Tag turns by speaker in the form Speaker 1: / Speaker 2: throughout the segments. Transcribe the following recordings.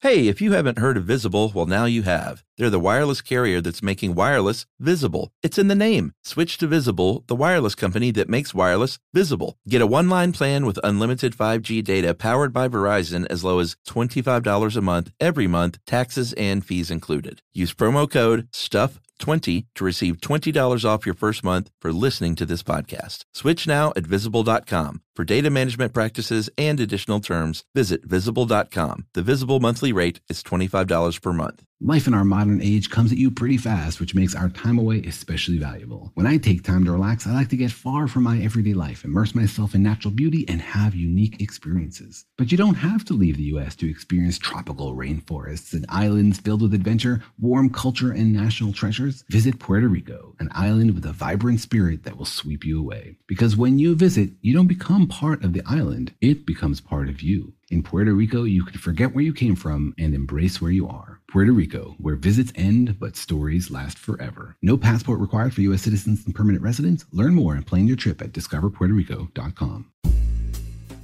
Speaker 1: Hey, if you haven't heard of Visible, well, now you have. They're the wireless carrier that's making wireless visible. It's in the name. Switch to Visible, the wireless company that makes wireless visible. Get a one line plan with unlimited 5G data powered by Verizon as low as $25 a month every month, taxes and fees included. Use promo code STUFF. 20 to receive $20 off your first month for listening to this podcast. Switch now at visible.com. For data management practices and additional terms, visit visible.com. The visible monthly rate is $25 per month.
Speaker 2: Life in our modern age comes at you pretty fast, which makes our time away especially valuable. When I take time to relax, I like to get far from my everyday life, immerse myself in natural beauty, and have unique experiences. But you don't have to leave the US to experience tropical rainforests and islands filled with adventure, warm culture, and national treasures. Visit Puerto Rico, an island with a vibrant spirit that will sweep you away. Because when you visit, you don't become part of the island, it becomes part of you. In Puerto Rico, you can forget where you came from and embrace where you are. Puerto Rico, where visits end but stories last forever. No passport required for U.S. citizens and permanent residents. Learn more and plan your trip at discoverpuertorico.com.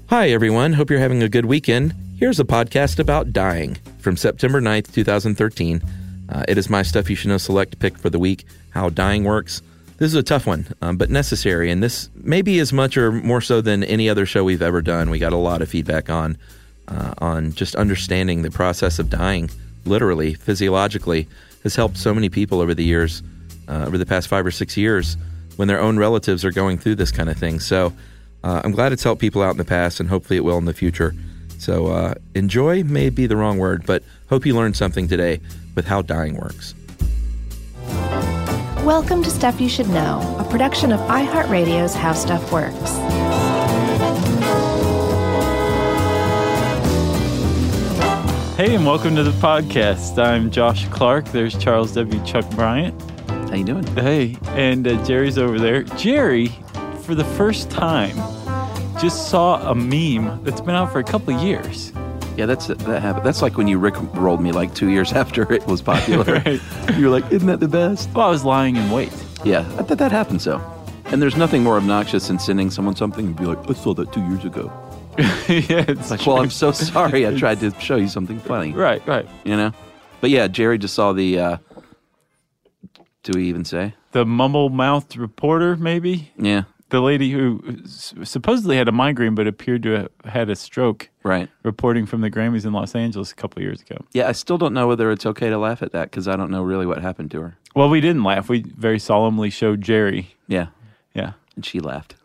Speaker 1: Hi, everyone. Hope you're having a good weekend. Here's a podcast about dying from September 9th, 2013. Uh, it is my Stuff You Should Know Select pick for the week How Dying Works. This is a tough one, um, but necessary. And this maybe as much or more so than any other show we've ever done. We got a lot of feedback on uh, on just understanding the process of dying, literally, physiologically, has helped so many people over the years, uh, over the past five or six years, when their own relatives are going through this kind of thing. So uh, I'm glad it's helped people out in the past, and hopefully it will in the future. So uh, enjoy may be the wrong word, but hope you learned something today with how dying works.
Speaker 3: Welcome to Stuff You Should Know, a production of iHeartRadio's How Stuff Works.
Speaker 4: Hey, and welcome to the podcast. I'm Josh Clark. There's Charles W. Chuck Bryant.
Speaker 2: How you doing?
Speaker 4: Hey, and uh, Jerry's over there. Jerry, for the first time, just saw a meme that's been out for a couple of years.
Speaker 5: Yeah, that's that happened. That's like when you Rick rolled me like two years after it was popular. You were like, "Isn't that the best?"
Speaker 4: Well, I was lying in wait.
Speaker 5: Yeah, that that happens so. And there's nothing more obnoxious than sending someone something and be like, "I saw that two years ago."
Speaker 4: yeah, it's
Speaker 5: Like, well, I'm so sorry. I tried to show you something funny.
Speaker 4: right, right.
Speaker 5: You know, but yeah, Jerry just saw the. uh Do we even say?
Speaker 4: The mumble mouthed reporter, maybe
Speaker 5: Yeah,
Speaker 4: the lady who s- supposedly had a migraine but appeared to have had a stroke,
Speaker 5: right.
Speaker 4: reporting from the Grammys in Los Angeles a couple of years ago.
Speaker 5: Yeah, I still don't know whether it's okay to laugh at that because I don't know really what happened to her.
Speaker 4: Well, we didn't laugh. We very solemnly showed Jerry.
Speaker 5: Yeah,
Speaker 4: Yeah,
Speaker 5: and she laughed.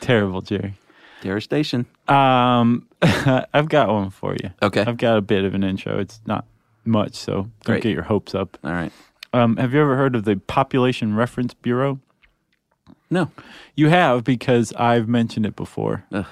Speaker 4: terrible Jerry.
Speaker 5: Terror Station.
Speaker 4: Um, I've got one for you.
Speaker 5: Okay.
Speaker 4: I've got a bit of an intro. It's not much, so don't
Speaker 5: Great.
Speaker 4: get your hopes up.
Speaker 5: All right.
Speaker 4: Um, have you ever heard of the Population Reference Bureau?
Speaker 5: No.
Speaker 4: You have because I've mentioned it before.
Speaker 5: Ugh.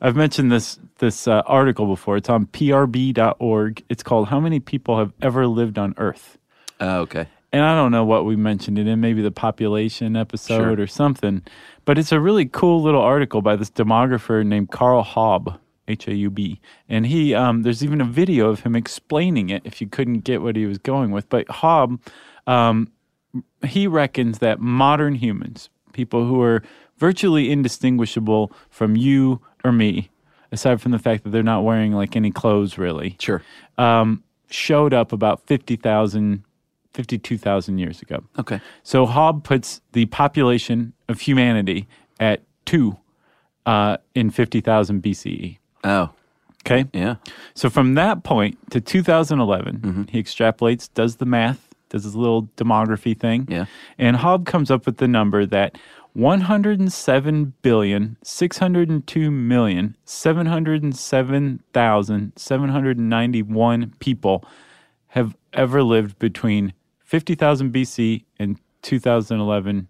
Speaker 4: I've mentioned this this uh, article before. It's on prb.org. It's called "How Many People Have Ever Lived on Earth."
Speaker 5: Uh, okay.
Speaker 4: and I don't know what we mentioned it in, maybe the population episode
Speaker 5: Sure.
Speaker 4: or something. But it's a really cool little article by this demographer named Carl Hobb, H A U B, and he um, there's even a video of him explaining it if you couldn't get what he was going with. But Hobb, um, he reckons that modern humans, people who are virtually indistinguishable from you or me, aside from the fact that they're not wearing like any clothes really,
Speaker 5: Sure.
Speaker 4: um, showed up about 50,000, 52,000 years ago.
Speaker 5: Okay.
Speaker 4: So Hobb puts the population of humanity at two uh, in 50,000 BCE.
Speaker 5: Oh,
Speaker 4: Okay.
Speaker 5: yeah.
Speaker 4: So from that point to 2011, he extrapolates, does the math, does his little demography thing.
Speaker 5: Yeah.
Speaker 4: And Hobb comes up with the number that 107 billion 602 million 707,791 people have ever lived between 50,000 BC and 2011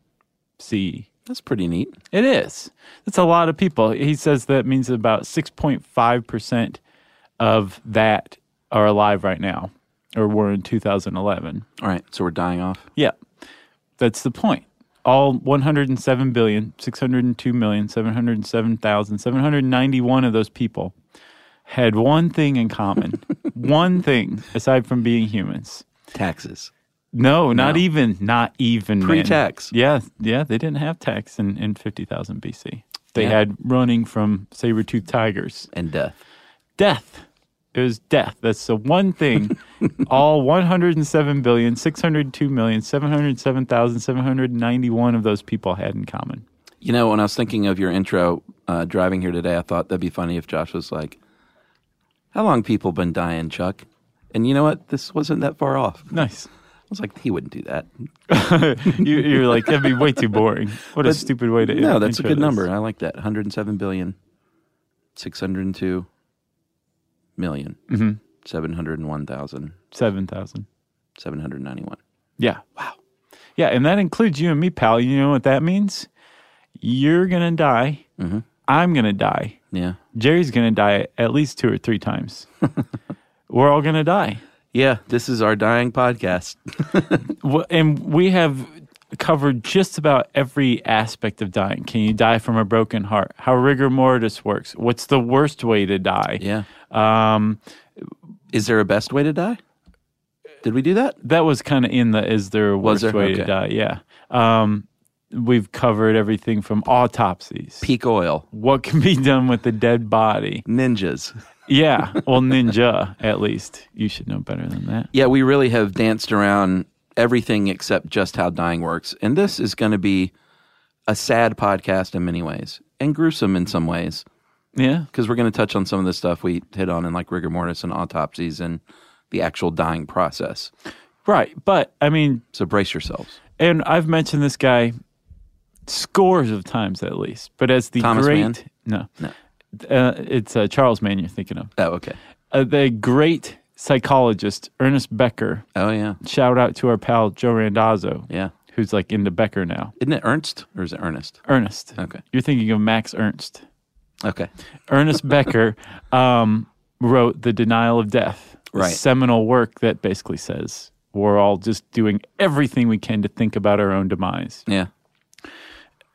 Speaker 4: CE.
Speaker 5: That's pretty neat.
Speaker 4: It is. That's a lot of people. He says that means about 6.5% of that are alive right now or were in 2011.
Speaker 5: All right, so we're dying off.
Speaker 4: Yeah. That's the point. All 107 billion, 602 million, 707,000, 791 of those people had one thing in common. one thing aside from being humans.
Speaker 5: Taxes.
Speaker 4: No, not even, not even man.
Speaker 5: Pre-tax.
Speaker 4: Yeah, yeah, they didn't have tax in, in 50,000 BC. They
Speaker 5: Yeah.
Speaker 4: had running from saber-toothed tigers.
Speaker 5: And death.
Speaker 4: Death. It was death. That's the one thing. All 107 billion, 602 million, 707,791 of those people had in common.
Speaker 5: You know, when I was thinking of your intro uh, driving here today, I thought that'd be funny if Josh was like, "How long people been dying, Chuck?" And you know what? This wasn't that far off. I
Speaker 4: Nice.
Speaker 5: was like, he wouldn't do that.
Speaker 4: you, you're like, that'd be way too boring. What a
Speaker 5: But-
Speaker 4: stupid way to
Speaker 5: No, that's a
Speaker 4: intro
Speaker 5: good
Speaker 4: this.
Speaker 5: number. I like that. 107 billion, 602 million,
Speaker 4: Mm-hmm.
Speaker 5: 701,000,
Speaker 4: 7,000.
Speaker 5: 791.
Speaker 4: Yeah. Wow. Yeah. And that includes you and me, pal. You know what that means? You're going to die.
Speaker 5: Mm-hmm.
Speaker 4: I'm going to die.
Speaker 5: Yeah.
Speaker 4: Jerry's going to die at least two or three times. We're all going to die.
Speaker 5: Yeah, this is our dying podcast.
Speaker 4: Wh- And we have covered just about every aspect of dying. Can you die from a broken heart? How rigor mortis works? What's the worst way to die?
Speaker 5: Yeah.
Speaker 4: Um,
Speaker 5: Is there a best way to die? Did we do that?
Speaker 4: that was kind of in the is there a
Speaker 5: Was
Speaker 4: worst
Speaker 5: there?
Speaker 4: way
Speaker 5: Okay.
Speaker 4: to die? Yeah. Um, we've covered everything from autopsies.
Speaker 5: Peak oil,
Speaker 4: what can be done with the dead body?
Speaker 5: ninjas.
Speaker 4: Yeah, well, ninja at least. You should know better than that.
Speaker 5: Yeah, we really have danced around everything except just how dying works. And this is going to be a sad podcast in many ways and gruesome in some ways
Speaker 4: Yeah,
Speaker 5: because we're going to touch on some of the stuff we hit on in like rigor mortis and autopsies and the actual dying process.
Speaker 4: right. But I mean,
Speaker 5: So brace yourselves.
Speaker 4: and I've mentioned this guy scores of times at least. But as the
Speaker 5: Thomas
Speaker 4: great
Speaker 5: Mann?
Speaker 4: no,
Speaker 5: No.
Speaker 4: uh, it's uh, Charles Mann you're thinking of.
Speaker 5: Oh, okay.
Speaker 4: Uh, the great psychologist Ernest Becker.
Speaker 5: Oh, yeah.
Speaker 4: Shout out to our pal Joe Randazzo,
Speaker 5: Yeah.
Speaker 4: who's like into Becker now.
Speaker 5: Isn't it Ernst or is it Ernest?
Speaker 4: Ernest.
Speaker 5: Okay.
Speaker 4: You're thinking of Max Ernst.
Speaker 5: Okay.
Speaker 4: Ernest Becker um, wrote The Denial of Death, a
Speaker 5: Right.
Speaker 4: seminal work that basically says we're all just doing everything we can to think about our own demise.
Speaker 5: Yeah.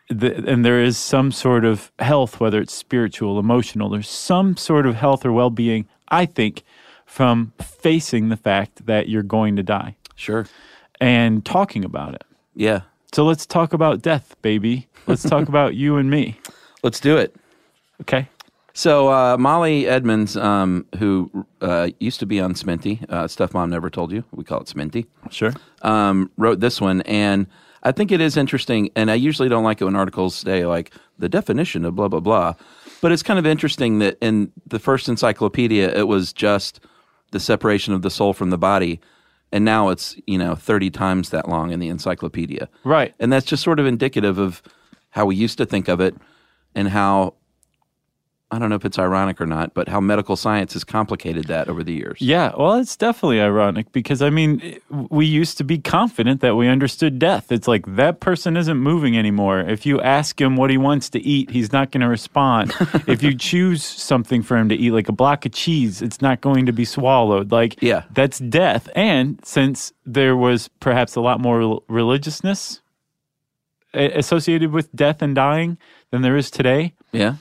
Speaker 4: The, and there is some sort of health, whether it's spiritual, emotional, there's some sort of health or well being, I think, from facing the fact that you're going to die
Speaker 5: Sure.
Speaker 4: and talking about it.
Speaker 5: Yeah.
Speaker 4: So let's talk about death, baby. Let's talk about you and me.
Speaker 5: Let's do it.
Speaker 4: Okay.
Speaker 5: So uh, Molly Edmonds, um, who uh, used to be on Sminty, uh, stuff mom never told you, we call it Sminty,
Speaker 4: Sure.
Speaker 5: um, wrote this one, and I think it is interesting. And I usually don't like it when articles say like the definition of blah blah blah, but it's kind of interesting that in the first encyclopedia it was just the separation of the soul from the body, and now it's you know thirty times that long in the encyclopedia,
Speaker 4: Right.
Speaker 5: and that's just sort of indicative of how we used to think of it and how I don't know if it's ironic or not, but how medical science has complicated that over the years.
Speaker 4: Yeah, well, it's definitely ironic because I mean, it- we used to be confident that we understood death. It's like that person isn't moving anymore. If you ask him what he wants to eat, he's not going to respond. if you choose something for him to eat, like a block of cheese, it's not going to be swallowed. Like,
Speaker 5: Yeah.
Speaker 4: that's death. And since there was perhaps a lot more rel- religiousness a- associated with death and dying than there is today,
Speaker 5: Yeah.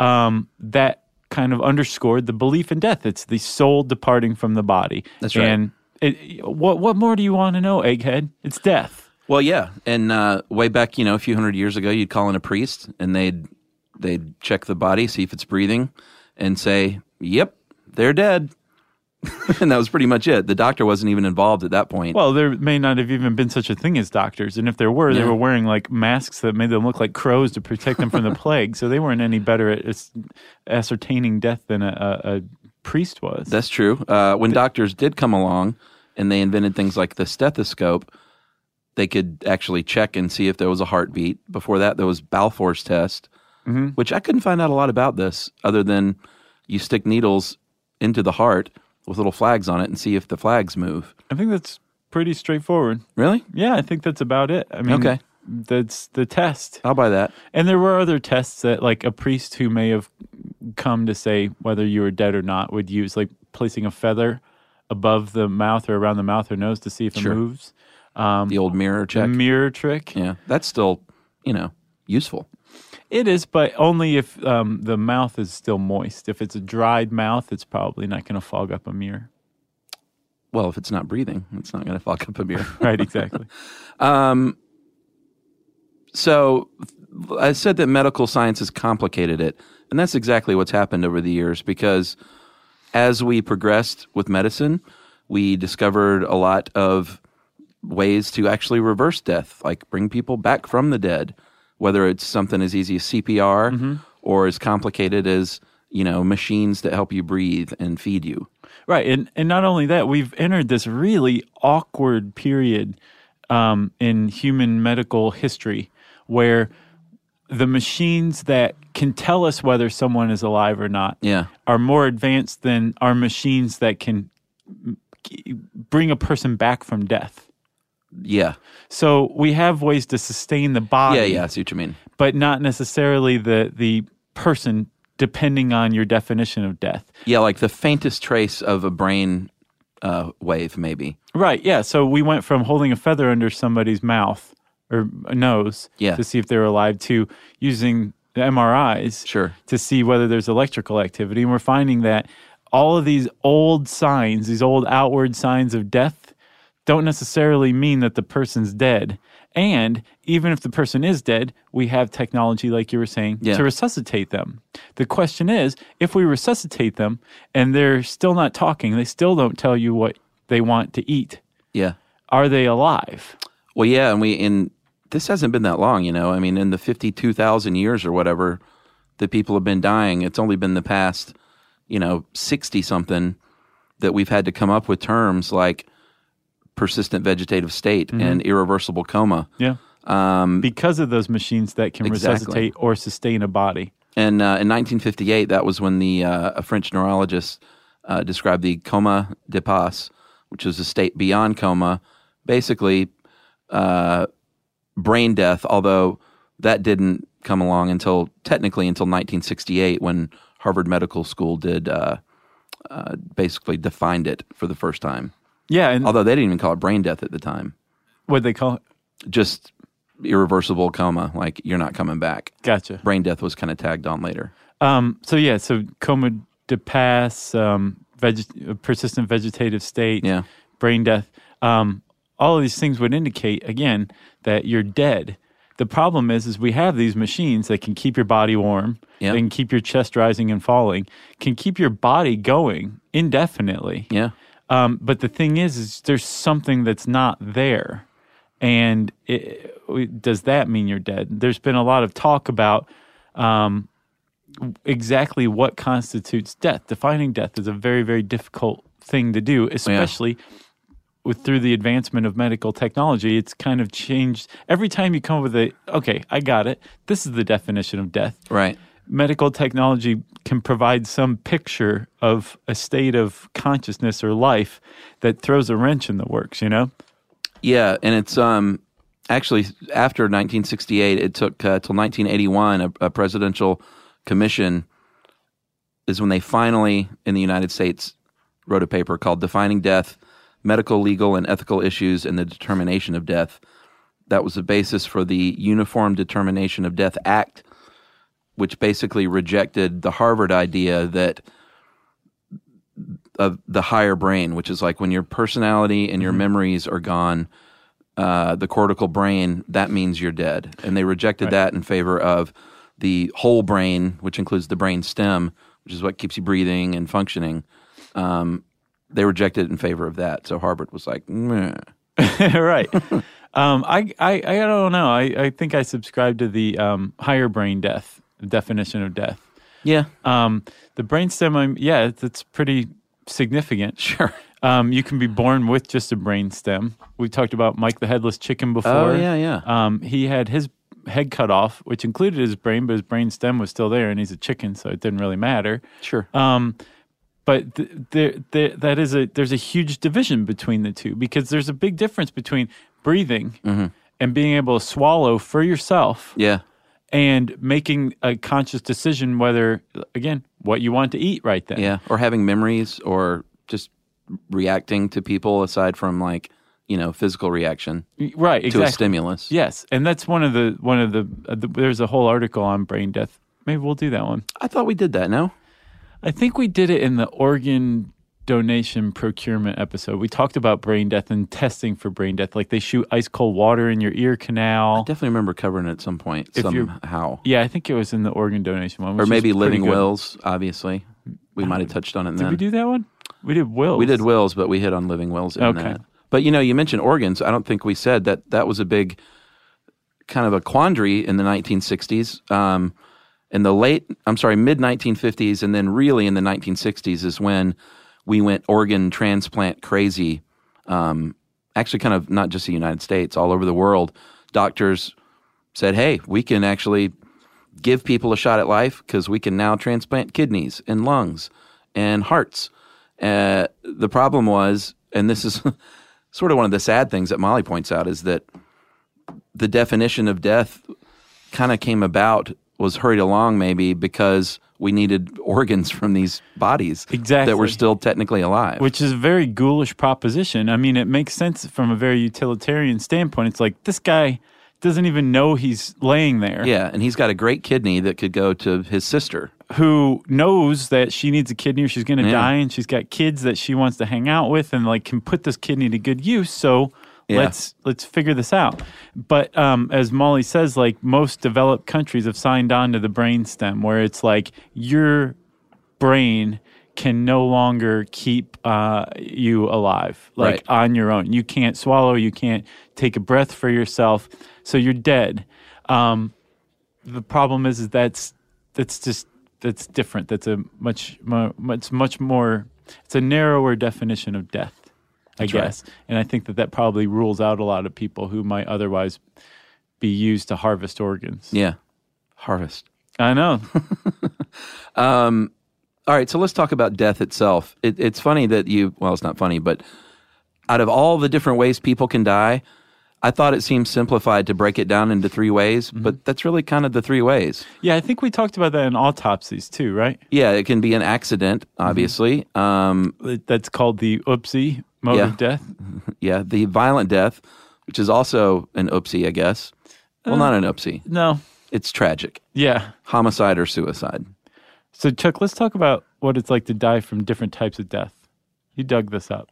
Speaker 4: um, that kind of underscored the belief in death. It's the soul departing from the body.
Speaker 5: That's right.
Speaker 4: And it, what what more do you want to know, egghead? It's death.
Speaker 5: Well, yeah, and uh, way back, you know, a few hundred years ago, you'd call in a priest, and they'd they'd check the body, see if it's breathing, and say, "Yep, they're dead." and that was pretty much it. The doctor wasn't even involved at that point.
Speaker 4: Well, there may not have even been such a thing as doctors, and if there were, they
Speaker 5: Yeah.
Speaker 4: were wearing like masks that made them look like crows to protect them from the plague. So they weren't any better at as- ascertaining death than a, a, a priest was.
Speaker 5: That's true. Uh, when doctors did come along and they invented things like the stethoscope, they could actually check and see if there was a heartbeat. Before that, there was Balfour's test, which I couldn't find out a lot about this other than you stick needles into the heart with little flags on it and see if the flags move.
Speaker 4: I think that's pretty straightforward.
Speaker 5: Really?
Speaker 4: Yeah, I think that's about it. I mean,
Speaker 5: Okay.
Speaker 4: that's the test.
Speaker 5: I'll buy that.
Speaker 4: And there were other tests that, like, a priest who may have come to say whether you were dead or not would use, like, placing a feather above the mouth or around the mouth or nose to see if
Speaker 5: Sure.
Speaker 4: it moves.
Speaker 5: the old mirror
Speaker 4: A
Speaker 5: check.
Speaker 4: mirror trick.
Speaker 5: yeah. That's still, you know, useful.
Speaker 4: It is, but only if um, the mouth is still moist. If it's a dried mouth, it's probably not going to fog up a mirror.
Speaker 5: Well, if it's not breathing, it's not going to fuck up a mirror.
Speaker 4: Right, exactly.
Speaker 5: so I said that medical science has complicated it, and that's exactly what's happened over the years because as we progressed with medicine, we discovered a lot of ways to actually reverse death, like bring people back from the dead, whether it's something as easy as CPR or as complicated as, you know, machines that help you breathe and feed you.
Speaker 4: Right, and and not only that, we've entered this really awkward period um, in human medical history where the machines that can tell us whether someone is alive or not
Speaker 5: Yeah.
Speaker 4: are more advanced than our machines that can g- bring a person back from death.
Speaker 5: Yeah.
Speaker 4: So we have ways to sustain the body,
Speaker 5: Yeah, yeah, I see what you mean.
Speaker 4: but not necessarily the the person, depending on your definition of death.
Speaker 5: Yeah, like the faintest trace of a brain uh, wave, maybe.
Speaker 4: Right. Yeah. So we went from holding a feather under somebody's mouth or nose
Speaker 5: Yeah.
Speaker 4: to see if they were alive to using the MRIs
Speaker 5: Sure.
Speaker 4: to see whether there's electrical activity. And we're finding that all of these old signs, these old outward signs of death, don't necessarily mean that the person's dead. And even if the person is dead, we have technology, like you were saying,
Speaker 5: Yeah.
Speaker 4: to resuscitate them. The question is if we resuscitate them and they're still not talking, they still don't tell you what they want to eat,
Speaker 5: Yeah.
Speaker 4: are they alive?
Speaker 5: Well, yeah, and we and this hasn't been that long, you know. I mean, in the fifty-two thousand years or whatever that people have been dying, it's only been the past, you know, sixty something that we've had to come up with terms like persistent vegetative state and irreversible coma.
Speaker 4: Yeah. Um, because of those machines that can
Speaker 5: Exactly.
Speaker 4: resuscitate or sustain a body.
Speaker 5: And uh, in 1958, that was when the uh, a French neurologist uh, described the coma de passe, which is a state beyond coma, basically uh, brain death. Although that didn't come along until technically until 1968, when Harvard Medical School did uh, uh, basically defined it for the first time.
Speaker 4: Yeah. And
Speaker 5: Although they didn't even call it brain death at the time,
Speaker 4: what they call it?
Speaker 5: just irreversible coma, like you're not coming back.
Speaker 4: Gotcha.
Speaker 5: Brain death was kind of tagged on later.
Speaker 4: Um, so yeah, so coma de pass, um, veg- persistent vegetative state,
Speaker 5: Yeah.
Speaker 4: brain death. Um, all of these things would indicate again that you're dead. The problem is, is we have these machines that can keep your body warm,
Speaker 5: Yeah.
Speaker 4: they can keep your chest rising and falling, can keep your body going indefinitely.
Speaker 5: Yeah.
Speaker 4: Um, but the thing is, is there's something that's not there, and it, it- does that mean you're dead? There's been a lot of talk about um, exactly what constitutes death. Defining death is a very, very difficult thing to do, especially. With through the advancement of medical technology, it's kind of changed. Every time you come up with a, okay, I got it. This is the definition of death
Speaker 5: Right.
Speaker 4: medical technology can provide some picture of a state of consciousness or life that throws a wrench in the works, you know?
Speaker 5: Yeah, and it's um actually after 1968, it took uh, till 1981 a, a presidential commission is when they finally in the United States wrote a paper called "Defining Death: Medical, Legal, and Ethical Issues and the Determination of Death." That was the basis for the Uniform Determination of Death Act, which basically rejected the Harvard idea that of the higher brain, which is like when your personality and your memories are gone, uh, the cortical brain, that means you're dead. And they rejected that in favor of the whole brain, which includes the brain stem, which is what keeps you breathing and functioning. Um, they rejected it in favor of that. So Harvard was like, Meh.
Speaker 4: right. um, I, I, I don't know. I, I think I subscribe to the um, higher brain death definition of death.
Speaker 5: yeah,
Speaker 4: Um, the brainstem, I'm, yeah, it's, it's pretty significant.
Speaker 5: sure.
Speaker 4: Um, you can be born with just a brain stem. We talked about Mike the Headless Chicken before.
Speaker 5: Oh, yeah, yeah.
Speaker 4: Um, he had his head cut off, which included his brain, but his brain stem was still there, and he's a chicken, so it didn't really matter.
Speaker 5: Sure.
Speaker 4: Um, but th- there, there, that is a there's a huge division between the two because there's a big difference between breathing
Speaker 5: Mm-hmm.
Speaker 4: and being able to swallow for yourself
Speaker 5: yeah.
Speaker 4: and making a conscious decision whether, again, what you want to eat right then.
Speaker 5: Yeah, or having memories or just reacting to people aside from like, you know, physical reaction
Speaker 4: Right.
Speaker 5: to a
Speaker 4: Exactly.
Speaker 5: stimulus.
Speaker 4: Yes, and that's one of the one of the, uh, the there's a whole article on brain death. Maybe we'll do that one.
Speaker 5: I thought we did that, no?
Speaker 4: I think we did it in the organ donation procurement episode. We talked about brain death and testing for brain death. Like they shoot ice cold water in your ear canal.
Speaker 5: Definitely remember covering it at some point
Speaker 4: If you're-
Speaker 5: somehow.
Speaker 4: Yeah, I think it was in the organ donation one.
Speaker 5: Or
Speaker 4: which
Speaker 5: maybe
Speaker 4: was pretty
Speaker 5: living
Speaker 4: good.
Speaker 5: wills, obviously. we might have touched on it
Speaker 4: Did
Speaker 5: then.
Speaker 4: we do that one? We did Will.
Speaker 5: We did wills, but we hit on living wills in
Speaker 4: Okay.
Speaker 5: that. But you know, you mentioned organs. I don't think we said that that was a big kind of a quandary in the 1960s. Um, in the late, I'm sorry, mid 1950s, and then really in the 1960s is when we went organ transplant crazy. Um, actually, kind of not just the United States, all over the world. Doctors said, "Hey, we can actually give people a shot at life because we can now transplant kidneys and lungs and hearts. Uh, the problem was, and this is sort of one of the sad things that Molly points out, is that the definition of death kind of came about, was hurried along maybe because we needed organs from these bodies that
Speaker 4: Exactly.
Speaker 5: were still technically alive.
Speaker 4: Which is a very ghoulish proposition. I mean, it makes sense from a very utilitarian standpoint. It's like this guy doesn't even know he's laying there.
Speaker 5: yeah, and he's got a great kidney that could go to his sister.
Speaker 4: who knows that she needs a kidney or she's going to
Speaker 5: Yeah.
Speaker 4: die and she's got kids that she wants to hang out with and like can put this kidney to good use so
Speaker 5: Yeah.
Speaker 4: let's let's figure this out but um, as molly says like most developed countries have signed on to the brain stem where it's like your brain can no longer keep uh, you alive like
Speaker 5: Right.
Speaker 4: on your own you can't swallow you can't take a breath for yourself so you're dead um, the problem is, is that's that's just that's different. That's a much mu- much much more. It's a narrower definition of death, I
Speaker 5: right.
Speaker 4: guess. And I think that that probably rules out a lot of people who might otherwise be used to harvest organs.
Speaker 5: Yeah, harvest.
Speaker 4: I know.
Speaker 5: All right, so let's talk about death itself. It, it's funny that you, well, it's not funny, but out of all the different ways people can die, I thought it seemed simplified to break it down into three ways, but that's really kind of the three ways.
Speaker 4: yeah, I think we talked about that in autopsies too, right?
Speaker 5: Yeah, it can be an accident, obviously. Um,
Speaker 4: That's called the oopsie mode
Speaker 5: Yeah.
Speaker 4: of death.
Speaker 5: yeah, the violent death, which is also an oopsie, I guess. Well, not an oopsie,
Speaker 4: No.
Speaker 5: it's tragic
Speaker 4: Yeah.
Speaker 5: homicide or suicide.
Speaker 4: So Chuck, let's talk about what it's like to die from different types of death. You dug this up.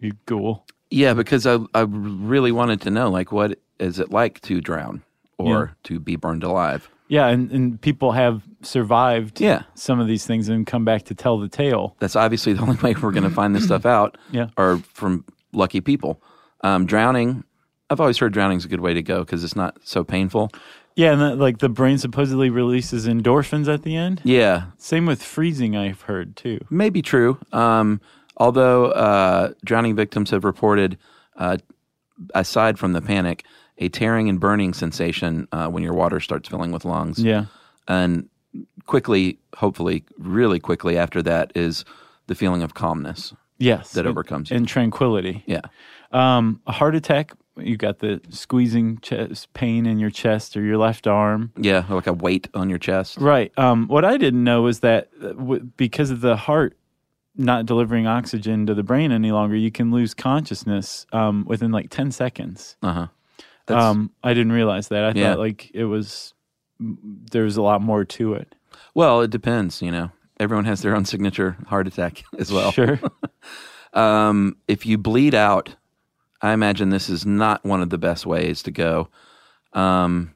Speaker 4: You ghoul.
Speaker 5: Yeah, because I I really wanted to know like what is it like to drown or to be burned alive?
Speaker 4: Yeah, and, and people have survived
Speaker 5: Yeah.
Speaker 4: some of these things and come back to tell the tale.
Speaker 5: that's obviously the only way we're going to find this stuff out
Speaker 4: Yeah.
Speaker 5: are from lucky people. Um, drowning, I've always heard drowning's a good way to go because it's not so painful.
Speaker 4: Yeah, and that, like the brain supposedly releases endorphins at the end.
Speaker 5: Yeah,
Speaker 4: Same with freezing, I've heard too.
Speaker 5: maybe true. Um, although uh, drowning victims have reported, uh, aside from the panic, a tearing and burning sensation uh, when your water starts filling with lungs.
Speaker 4: Yeah.
Speaker 5: And quickly, hopefully, really quickly after that is the feeling of calmness.
Speaker 4: Yes.
Speaker 5: That overcomes you.
Speaker 4: And tranquility.
Speaker 5: Yeah.
Speaker 4: Um, a heart attack, you got the squeezing chest pain in your chest or your left arm.
Speaker 5: Yeah, like a weight on your chest.
Speaker 4: Right. Um, what I didn't know is that uh, w- because of the heart not delivering oxygen to the brain any longer, you can lose consciousness um, within like 10 seconds.
Speaker 5: Uh huh.
Speaker 4: Um, I didn't realize that. I
Speaker 5: Yeah.
Speaker 4: thought like it was, m- there was a lot more to it.
Speaker 5: Well, it depends, you know. Everyone has their own signature heart attack as well.
Speaker 4: Sure.
Speaker 5: Um, if you bleed out, I imagine this is not one of the best ways to go. Um,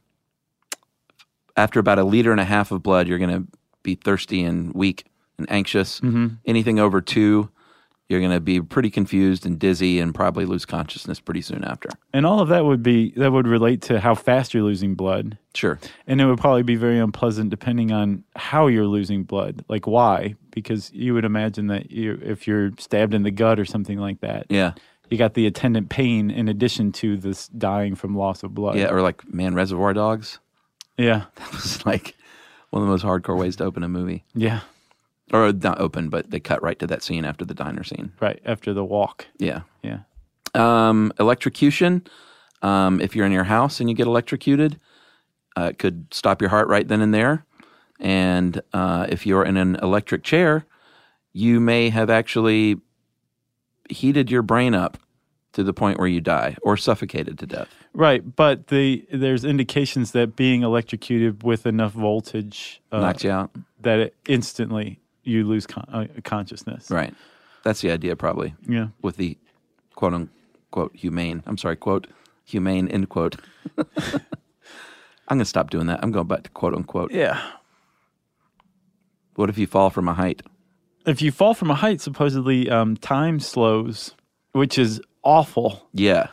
Speaker 5: after about a liter and a half of blood, you're going to be thirsty and weak and anxious. Anything over two, you're going to be pretty confused and dizzy and probably lose consciousness pretty soon after.
Speaker 4: and all of that would be, that would relate to how fast you're losing blood.
Speaker 5: Sure.
Speaker 4: And it would probably be very unpleasant depending on how you're losing blood, like why, because you would imagine that you, if you're stabbed in the gut or something like that,
Speaker 5: Yeah.
Speaker 4: you got the attendant pain in addition to this dying from loss of blood.
Speaker 5: Yeah. Or like, man, Reservoir Dogs.
Speaker 4: Yeah.
Speaker 5: That was like one of the most hardcore ways to open a movie.
Speaker 4: Yeah.
Speaker 5: or uh, not open, but they cut right to that scene after the diner scene.
Speaker 4: Right. After the walk.
Speaker 5: Yeah.
Speaker 4: Yeah.
Speaker 5: Um, electrocution. Um, if you're in your house and you get electrocuted, uh, it could stop your heart right then and there. And uh, if you're in an electric chair, you may have actually heated your brain up to the point where you die or suffocated to death.
Speaker 4: Right. But the there's indications that being electrocuted with enough voltage uh,
Speaker 5: Knocks you out.
Speaker 4: that it instantly you lose con- uh, consciousness.
Speaker 5: Right. That's the idea, probably,
Speaker 4: Yeah.
Speaker 5: with the quote unquote humane. I'm sorry, quote humane end quote. I'm gonna stop doing that. I'm going back to quote unquote.
Speaker 4: Yeah.
Speaker 5: What if you fall from a height?
Speaker 4: if you fall from a height, supposedly um, time slows, which is awful.
Speaker 5: Yeah.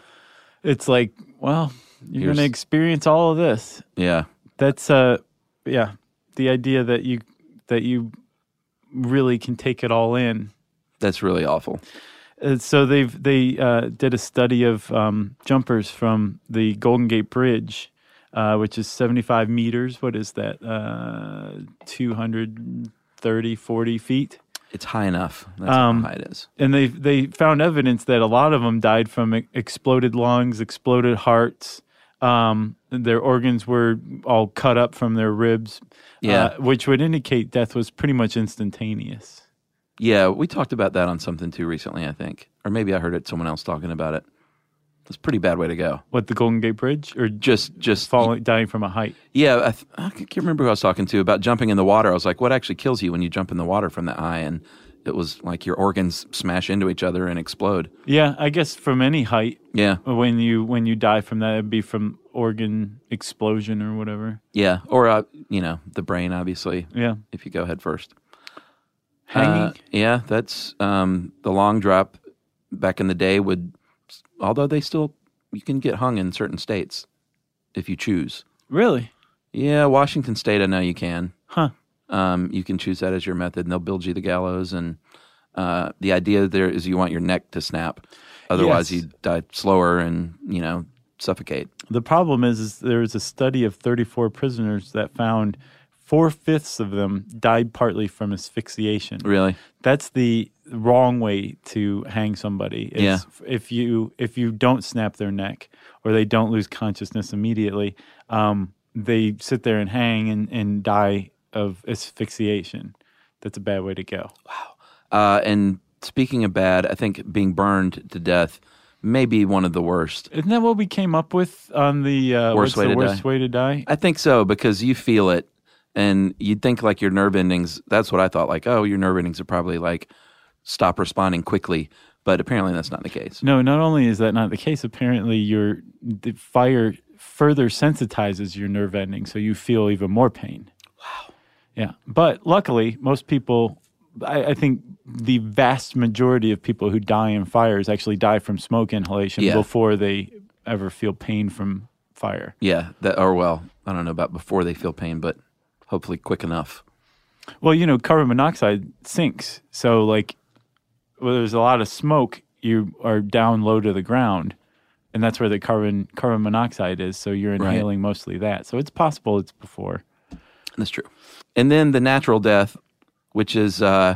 Speaker 4: It's like, well, you're
Speaker 5: Here's-
Speaker 4: going to experience all of this.
Speaker 5: Yeah.
Speaker 4: That's uh, yeah, the idea that you that you really can take it all in.
Speaker 5: That's really awful.
Speaker 4: Uh, so they've they uh, did a study of um, jumpers from the Golden Gate Bridge, uh, which is 75 meters. What is that? Uh, 230, 40 feet.
Speaker 5: It's high enough. That's
Speaker 4: Um,
Speaker 5: how high it is.
Speaker 4: And they they found evidence that a lot of them died from e- exploded lungs, exploded hearts. Um, their organs were all cut up from their ribs,
Speaker 5: Yeah.
Speaker 4: uh, which would indicate death was pretty much instantaneous.
Speaker 5: Yeah, we talked about that on something too recently, I think. Or maybe I heard it someone else talking about it. It's a pretty bad way to go.
Speaker 4: What the Golden Gate Bridge, or just
Speaker 5: Just just
Speaker 4: falling, dying from a height?
Speaker 5: Yeah, I, th- I can't remember who I was talking to about jumping in the water. I was like, what actually kills you when you jump in the water from that high? And it was like your organs smash into each other and explode.
Speaker 4: Yeah, I guess from any height,
Speaker 5: Yeah.
Speaker 4: when you when you die from that it'd be from organ explosion or whatever
Speaker 5: Yeah. Or, uh, you know, the brain, obviously,
Speaker 4: yeah
Speaker 5: if you go head first.
Speaker 4: hanging
Speaker 5: Uh, yeah, that's um, the long drop back in the day would, although they still, you can get hung in certain states if you choose.
Speaker 4: really
Speaker 5: Yeah, Washington State, I know you can.
Speaker 4: huh
Speaker 5: Um, you can choose that as your method, and they'll build you the gallows. And uh, the idea there is you want your neck to snap, otherwise
Speaker 4: Yes.
Speaker 5: you die slower and you know suffocate.
Speaker 4: the problem is, is there was a study of 34 prisoners that found four-fifths of them died partly from asphyxiation
Speaker 5: Really?
Speaker 4: that's the wrong way to hang somebody is
Speaker 5: Yeah.
Speaker 4: if you if you don't snap their neck or they don't lose consciousness immediately um, they sit there and hang and, and die of asphyxiation that's a bad way to go
Speaker 5: Uh, and speaking of bad, I think being burned to death may be one of the worst.
Speaker 4: Isn't that what we came up with on the uh,
Speaker 5: Worst
Speaker 4: what's
Speaker 5: way
Speaker 4: the
Speaker 5: to
Speaker 4: worst
Speaker 5: die.
Speaker 4: way to die?
Speaker 5: I think so because you feel it, and you'd think like your nerve endings. That's what I thought. Like, oh, your nerve endings are probably like stop responding quickly, but apparently that's not the case.
Speaker 4: No, not only is that not the case, apparently your the fire further sensitizes your nerve ending, so you feel even more pain. Wow. Yeah, but luckily, most people, I, I think the vast majority of people who die in fires actually die from smoke inhalation
Speaker 5: Yeah.
Speaker 4: before they ever feel pain from fire.
Speaker 5: Yeah, that or well, I don't know about before they feel pain, but hopefully quick enough.
Speaker 4: Well, you know, carbon monoxide sinks. So, like, well, there's a lot of smoke. You are down low to the ground, and that's where the carbon carbon monoxide is. So you're
Speaker 5: Right.
Speaker 4: inhaling mostly that. So it's possible it's before.
Speaker 5: That's true. And then the natural death, which is uh,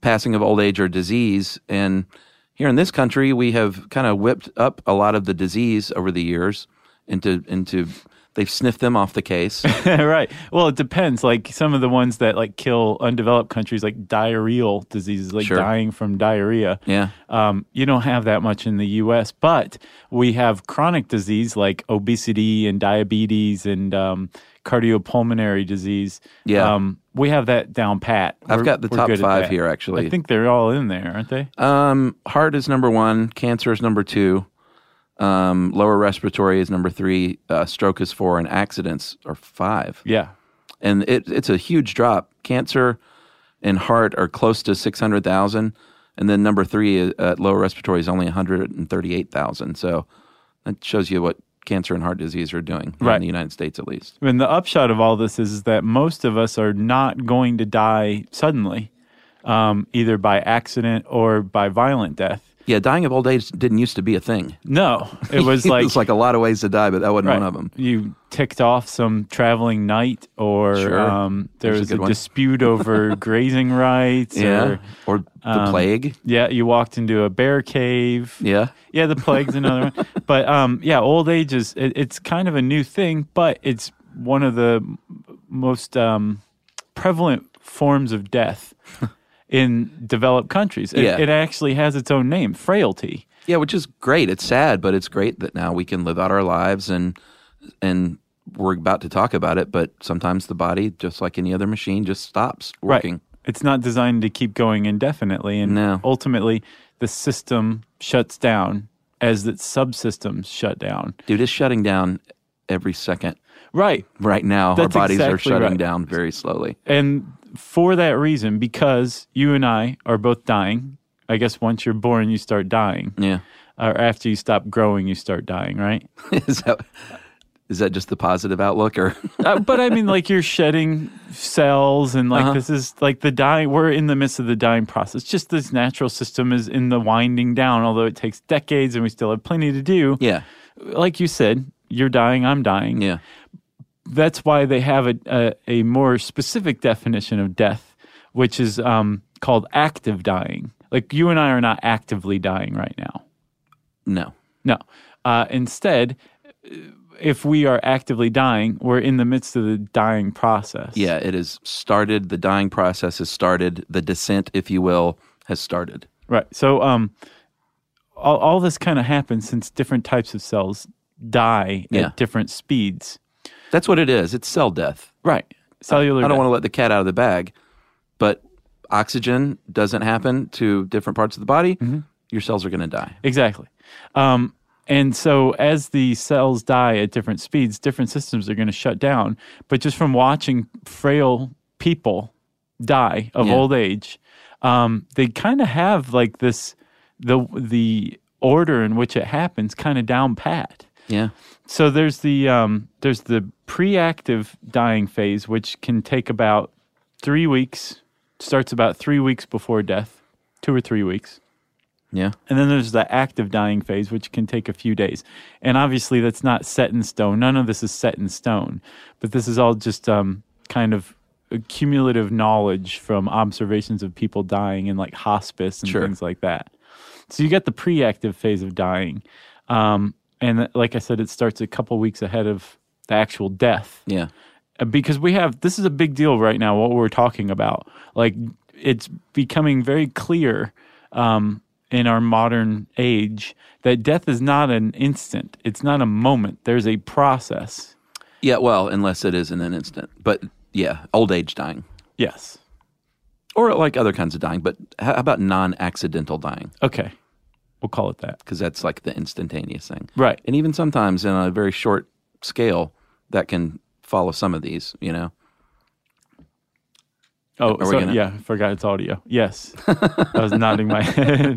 Speaker 5: passing of old age or disease. And here in this country, we have kind of whipped up a lot of the disease over the years into into they've sniffed them off the case.
Speaker 4: right. Well, it depends. Like some of the ones that like kill undeveloped countries, like diarrheal diseases, like
Speaker 5: Sure.
Speaker 4: dying from diarrhea.
Speaker 5: yeah,
Speaker 4: Um, you don't have that much in the U.S., but we have chronic disease like obesity and diabetes and um, cardiopulmonary disease.
Speaker 5: Yeah.
Speaker 4: um, we have that down pat.
Speaker 5: I've
Speaker 4: We're-
Speaker 5: got the
Speaker 4: we're
Speaker 5: top
Speaker 4: good at
Speaker 5: five
Speaker 4: that.
Speaker 5: here actually.
Speaker 4: I think they're all in there, aren't they?
Speaker 5: Um, heart is number one. Cancer is number two. Um, lower respiratory is number three. Uh, stroke is four, and accidents are five.
Speaker 4: Yeah,
Speaker 5: and it, it's a huge drop. Cancer and heart are close to six hundred thousand, and then number three, uh, lower respiratory, is only one hundred and thirty-eight thousand. So that shows you what cancer and heart disease are doing
Speaker 4: Right.
Speaker 5: in the United States, at least.
Speaker 4: And the upshot of all this is that most of us are not going to die suddenly, um, either by accident or by violent death.
Speaker 5: Yeah, dying of old age didn't used to be a thing.
Speaker 4: No, it was like
Speaker 5: it's like a lot of ways to die, but that wasn't
Speaker 4: Right.
Speaker 5: one of them.
Speaker 4: You ticked off some traveling knight, or
Speaker 5: Sure.
Speaker 4: um, there
Speaker 5: There's a
Speaker 4: was
Speaker 5: good
Speaker 4: a,
Speaker 5: one.
Speaker 4: dispute over grazing rights.
Speaker 5: Yeah,
Speaker 4: Or,
Speaker 5: or the
Speaker 4: um,
Speaker 5: plague.
Speaker 4: yeah, you walked into a bear cave.
Speaker 5: Yeah,
Speaker 4: Yeah, the plague's another one. But um, yeah, old age is it, it's kind of a new thing, but it's one of the m- most um, prevalent forms of death in developed countries. It,
Speaker 5: Yeah.
Speaker 4: it actually has its own name, frailty.
Speaker 5: Yeah, which is great. It's sad, but it's great that now we can live out our lives and and we're about to talk about it, but sometimes the body, just like any other machine, just stops working.
Speaker 4: Right. It's not designed to keep going indefinitely. And
Speaker 5: No.
Speaker 4: ultimately, the system shuts down as its subsystems shut down.
Speaker 5: Dude, it's shutting down every second.
Speaker 4: Right.
Speaker 5: Right now,
Speaker 4: That's
Speaker 5: our bodies are
Speaker 4: exactly
Speaker 5: shutting
Speaker 4: right.
Speaker 5: down very slowly.
Speaker 4: And for that reason, because you and I are both dying. I guess once you're born, you start dying,
Speaker 5: Yeah.
Speaker 4: or after you stop growing, you start dying, right?
Speaker 5: is that is that just the positive outlook or
Speaker 4: uh, but I mean, like you're shedding cells, and like this is like the dying. We're in the midst of the dying process. Just this natural system is in the winding down, although it takes decades, and we still have plenty to do.
Speaker 5: yeah
Speaker 4: Like you said, you're dying. I'm dying.
Speaker 5: yeah
Speaker 4: That's why they have a, a a more specific definition of death, which is um called active dying. Like you and I are not actively dying right now.
Speaker 5: no
Speaker 4: No. Uh, instead, if we are actively dying, we're in the midst of the dying process.
Speaker 5: yeah it is started the dying process has started the descent if you will has started
Speaker 4: Right. So, um, all, all this kind of happens since different types of cells die
Speaker 5: Yeah.
Speaker 4: at different speeds.
Speaker 5: that's what it is it's cell death
Speaker 4: Right. Cellular.
Speaker 5: i don't
Speaker 4: death.
Speaker 5: want to let the cat out of the bag but oxygen doesn't happen to different parts of the body your cells are going to die
Speaker 4: Exactly. Um, and so, as the cells die at different speeds, different systems are going to shut down. But just from watching frail people die of
Speaker 5: Yeah.
Speaker 4: old age, um, they kind of have like this the the order in which it happens kind of down pat.
Speaker 5: yeah
Speaker 4: So there's the um, there's the pre-active dying phase, which can take about three weeks. Starts about three weeks before death, two or three weeks,
Speaker 5: yeah
Speaker 4: and then there's the active dying phase, which can take a few days. And obviously, that's not set in stone. None of this is set in stone, but this is all just um, kind of cumulative knowledge from observations of people dying in like hospice and
Speaker 5: Sure.
Speaker 4: things like that. So you get the pre-active phase of dying, um, and th- like I said, it starts a couple weeks ahead of the actual death
Speaker 5: yeah
Speaker 4: Uh, because we have this is a big deal right now. What we're talking about, like it's becoming very clear um, in our modern age that death is not an instant. It's not a moment. There's a process.
Speaker 5: yeah well unless it is in an instant but yeah old age dying
Speaker 4: Yes.
Speaker 5: or like other kinds of dying but how about non-accidental dying
Speaker 4: Okay. We'll call it that.
Speaker 5: because that's like the instantaneous thing
Speaker 4: Right.
Speaker 5: And even sometimes in a very short scale, that can follow some of these, you know?
Speaker 4: Oh,
Speaker 5: we
Speaker 4: so,
Speaker 5: gonna-
Speaker 4: yeah. Forgot it's audio. Yes. I was nodding my head.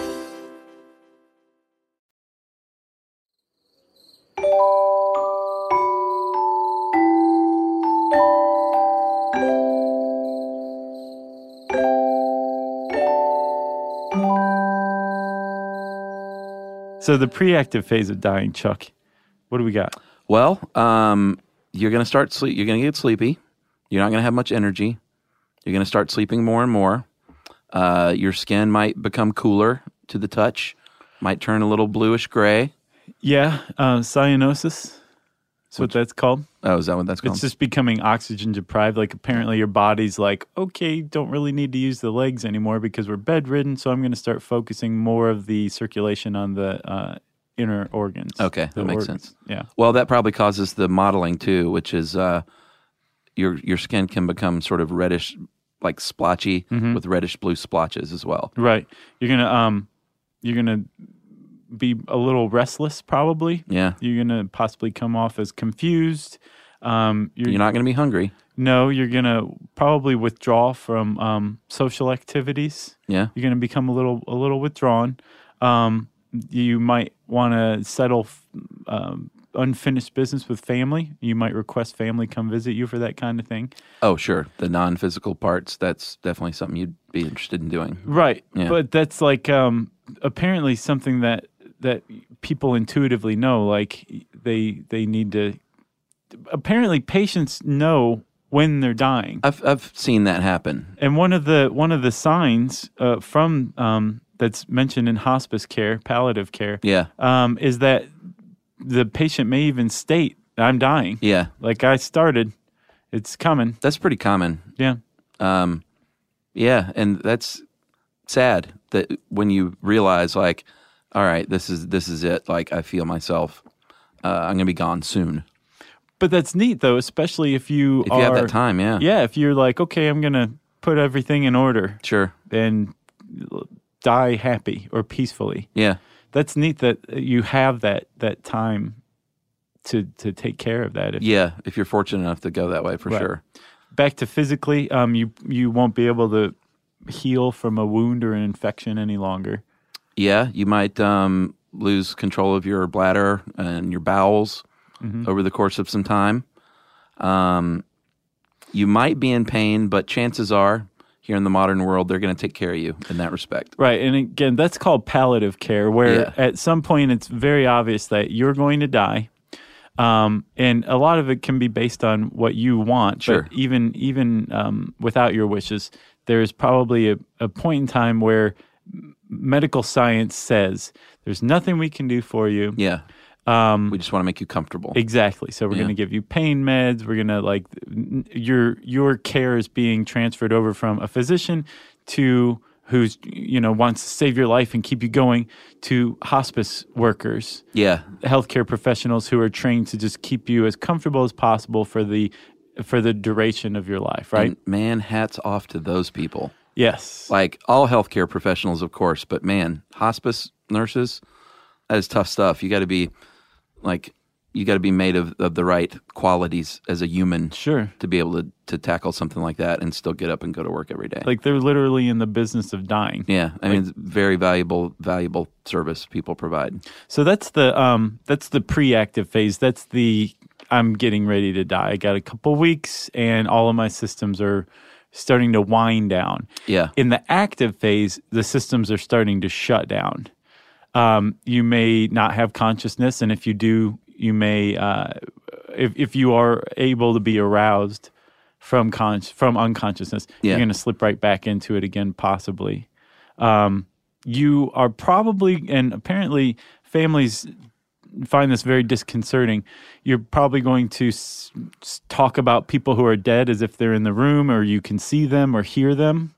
Speaker 4: So the pre-active phase of dying, Chuck. What do we got?
Speaker 5: Well, um, you're going to start sleep. You're going to get sleepy. You're not going to have much energy. You're going to start sleeping more and more. Uh, your skin might become cooler to the touch. Might turn a little bluish gray.
Speaker 4: Yeah, uh, cyanosis. That's what that's called.
Speaker 5: Oh, is that what that's called?
Speaker 4: It's just becoming oxygen deprived. Like apparently your body's like, okay, don't really need to use the legs anymore because we're bedridden. So I'm going to start focusing more of the circulation on the uh, inner organs.
Speaker 5: Okay,
Speaker 4: The
Speaker 5: that makes
Speaker 4: organs.
Speaker 5: sense.
Speaker 4: Yeah.
Speaker 5: Well, that probably causes the modeling too, which is uh, your your skin can become sort of reddish, like splotchy,
Speaker 4: Mm-hmm.
Speaker 5: with reddish blue splotches as well.
Speaker 4: Right. You're gonna um, you're gonna be a little restless probably.
Speaker 5: Yeah,
Speaker 4: You're gonna possibly come off as confused. Um,
Speaker 5: you're not going to be hungry.
Speaker 4: No, you're gonna probably withdraw from um, social activities.
Speaker 5: Yeah,
Speaker 4: You're gonna become a little a little withdrawn. Um, you might want to settle f- um, unfinished business with family. You might request family come visit you for that kind of thing.
Speaker 5: Oh, sure. The non physical parts, that's definitely something you'd be interested in doing.
Speaker 4: Right.
Speaker 5: Yeah.
Speaker 4: But that's like um, apparently something that that people intuitively know. Like they they need to. Apparently, patients know when they're dying.
Speaker 5: I've, I've seen that happen.
Speaker 4: And one of the one of the signs uh, from um, that's mentioned in hospice care, palliative care,
Speaker 5: Yeah.
Speaker 4: um, is that the patient may even state, "I'm dying."
Speaker 5: Yeah.
Speaker 4: Like I started, it's coming.
Speaker 5: That's pretty common.
Speaker 4: Yeah,
Speaker 5: Um, yeah. And that's sad that when you realize, like, all right, this is this is it. Like, I feel myself. Uh, I'm going to be gone soon.
Speaker 4: but that's neat though, especially if you
Speaker 5: If
Speaker 4: are,
Speaker 5: you have that time, yeah.
Speaker 4: Yeah, if you're like, okay, I'm gonna put everything in order
Speaker 5: Sure.
Speaker 4: and die happy or peacefully.
Speaker 5: Yeah.
Speaker 4: That's neat that you have that that time to to take care of that. If
Speaker 5: Yeah. If you're fortunate enough to go that way, for
Speaker 4: Right.
Speaker 5: sure.
Speaker 4: back to physically, um, you you won't be able to heal from a wound or an infection any longer.
Speaker 5: Yeah. You might um, lose control of your bladder and your bowels
Speaker 4: Mm-hmm.
Speaker 5: over the course of some time. Um, you might be in pain, but chances are, here in the modern world, they're going to take care of you in that respect.
Speaker 4: Right, and again, that's called palliative care, where
Speaker 5: Yeah.
Speaker 4: at some point it's very obvious that you're going to die. Um, and a lot of it can be based on what you want.
Speaker 5: Sure.
Speaker 4: But even even um, without your wishes, there is probably a, a point in time where m- medical science says there's nothing we can do for you.
Speaker 5: Yeah.
Speaker 4: Um,
Speaker 5: We just want to make you comfortable.
Speaker 4: Exactly. So we're
Speaker 5: Yeah.
Speaker 4: going to give you pain meds. We're going to like n- your your care is being transferred over from a physician to who's you know wants to save your life and keep you going to hospice workers,
Speaker 5: Yeah.
Speaker 4: healthcare professionals who are trained to just keep you as comfortable as possible for the for the duration of your life, right?
Speaker 5: And man, hats off to those people.
Speaker 4: yes.
Speaker 5: Like all healthcare professionals, of course, but man, hospice nurses, that is tough stuff. You got to be like, you got to be made of, of the right qualities as a human
Speaker 4: sure.
Speaker 5: to be able to, to tackle something like that and still get up and go to work every day.
Speaker 4: Like they're literally in the business of dying.
Speaker 5: yeah. I mean, it's very valuable, valuable service people provide.
Speaker 4: So that's the um that's the pre-active phase. That's the I'm getting ready to die. I got a couple weeks and all of my systems are starting to wind down.
Speaker 5: Yeah.
Speaker 4: In the active phase, the systems are starting to shut down. Um, you may not have consciousness, and if you do, you may uh, if if you are able to be aroused from con- from unconsciousness,
Speaker 5: Yeah.
Speaker 4: you're going to slip right back into it again, possibly Um, you are probably and apparently families find this very disconcerting you're probably going to s- s- talk about people who are dead as if they're in the room or you can see them or hear them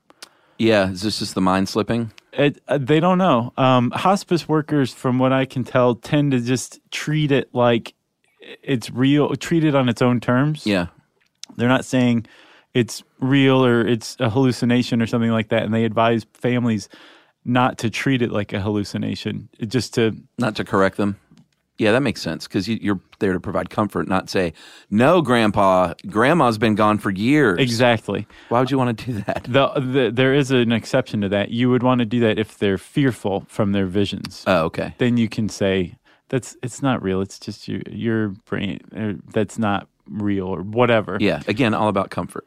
Speaker 5: Yeah, is this just the mind slipping?
Speaker 4: it, uh, they don't know um, hospice workers from what i can tell tend to just treat it like it's real treat it on its own terms
Speaker 5: Yeah,
Speaker 4: they're not saying it's real or it's a hallucination or something like that and they advise families not to treat it like a hallucination It just to
Speaker 5: not to correct them. Yeah, that makes sense because you, you're there to provide comfort, not say, "No, Grandpa, Grandma's been gone for years."
Speaker 4: exactly
Speaker 5: Why would you want to do that?
Speaker 4: the, the, there is an exception to that you would want to do that if they're fearful from their visions
Speaker 5: Oh, okay.
Speaker 4: then you can say that's it's not real it's just your your brain or that's er, not real or whatever
Speaker 5: Yeah, again, all about comfort.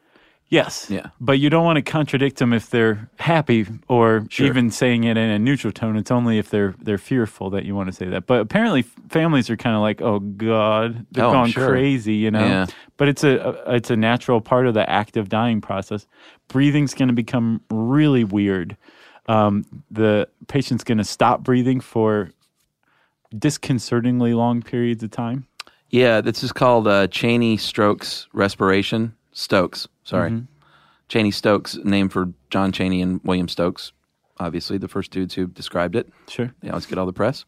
Speaker 4: Yes.
Speaker 5: Yeah.
Speaker 4: But you don't want to contradict them if they're happy or
Speaker 5: Sure.
Speaker 4: even saying it in a neutral tone. It's only if they're they're fearful that you want to say that. But apparently, f- families are kind of like, "Oh God, they're
Speaker 5: Oh, I'm
Speaker 4: going
Speaker 5: sure.
Speaker 4: crazy," you know.
Speaker 5: Yeah.
Speaker 4: But it's a, a it's a natural part of the active dying process. Breathing's going to become really weird. Um, the patient's going to stop breathing for disconcertingly long periods of time.
Speaker 5: Yeah, this is called uh, Cheney Strokes Respiration. Stokes, sorry. Cheney Stokes, named for John Cheney and William Stokes, obviously, the first dudes who described it.
Speaker 4: Sure.
Speaker 5: They always get all the press.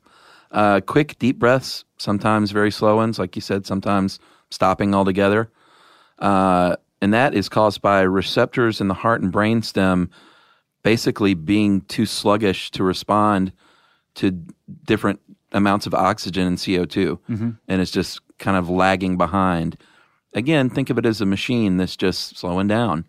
Speaker 5: Uh, quick, deep breaths, sometimes very slow ones, like you said, sometimes stopping altogether. Uh, and that is caused by receptors in the heart and brain stem basically being too sluggish to respond to different amounts of oxygen and CO2. And it's just kind of lagging behind. Again, think of it as a machine that's just slowing down.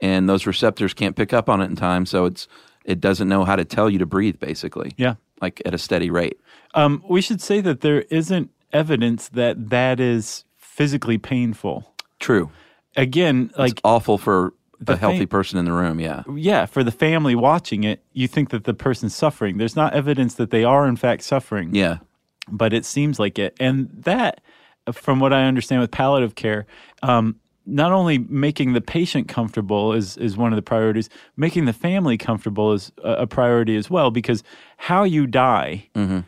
Speaker 5: And those receptors can't pick up on it in time. So it's it doesn't know how to tell you to breathe, basically
Speaker 4: Yeah.
Speaker 5: like at a steady rate.
Speaker 4: Um, we should say that there isn't evidence that that is physically painful.
Speaker 5: True.
Speaker 4: Again,
Speaker 5: Like
Speaker 4: like
Speaker 5: awful for
Speaker 4: The
Speaker 5: a healthy
Speaker 4: thing-
Speaker 5: person in the room. Yeah.
Speaker 4: yeah, for the family watching it, you think that the person's suffering. There's not evidence that they are in fact suffering,
Speaker 5: Yeah.
Speaker 4: but it seems like it. And that, from what I understand with palliative care, um, not only making the patient comfortable is is one of the priorities, making the family comfortable is a, a priority as well because how you die.
Speaker 5: Mm-hmm.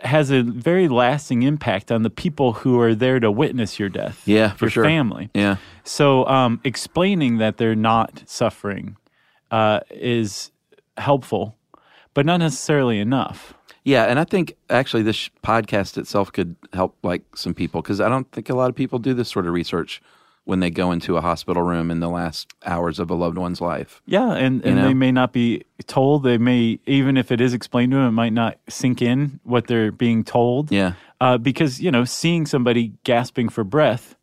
Speaker 4: Has a very lasting impact on the people who are there to witness your death.
Speaker 5: Yeah, for
Speaker 4: your
Speaker 5: sure.
Speaker 4: Family.
Speaker 5: Yeah.
Speaker 4: So, um, explaining that they're not suffering uh, is helpful, but not necessarily enough.
Speaker 5: Yeah. And I think actually this sh- podcast itself could help like some people because I don't think a lot of people do this sort of research when they go into a hospital room in the last hours of a loved one's life.
Speaker 4: Yeah, and, and
Speaker 5: know?
Speaker 4: they may not be told. They may, even if it is explained to them, it might not sink in what they're being told.
Speaker 5: Yeah.
Speaker 4: Uh, because, you know, seeing somebody gasping for breath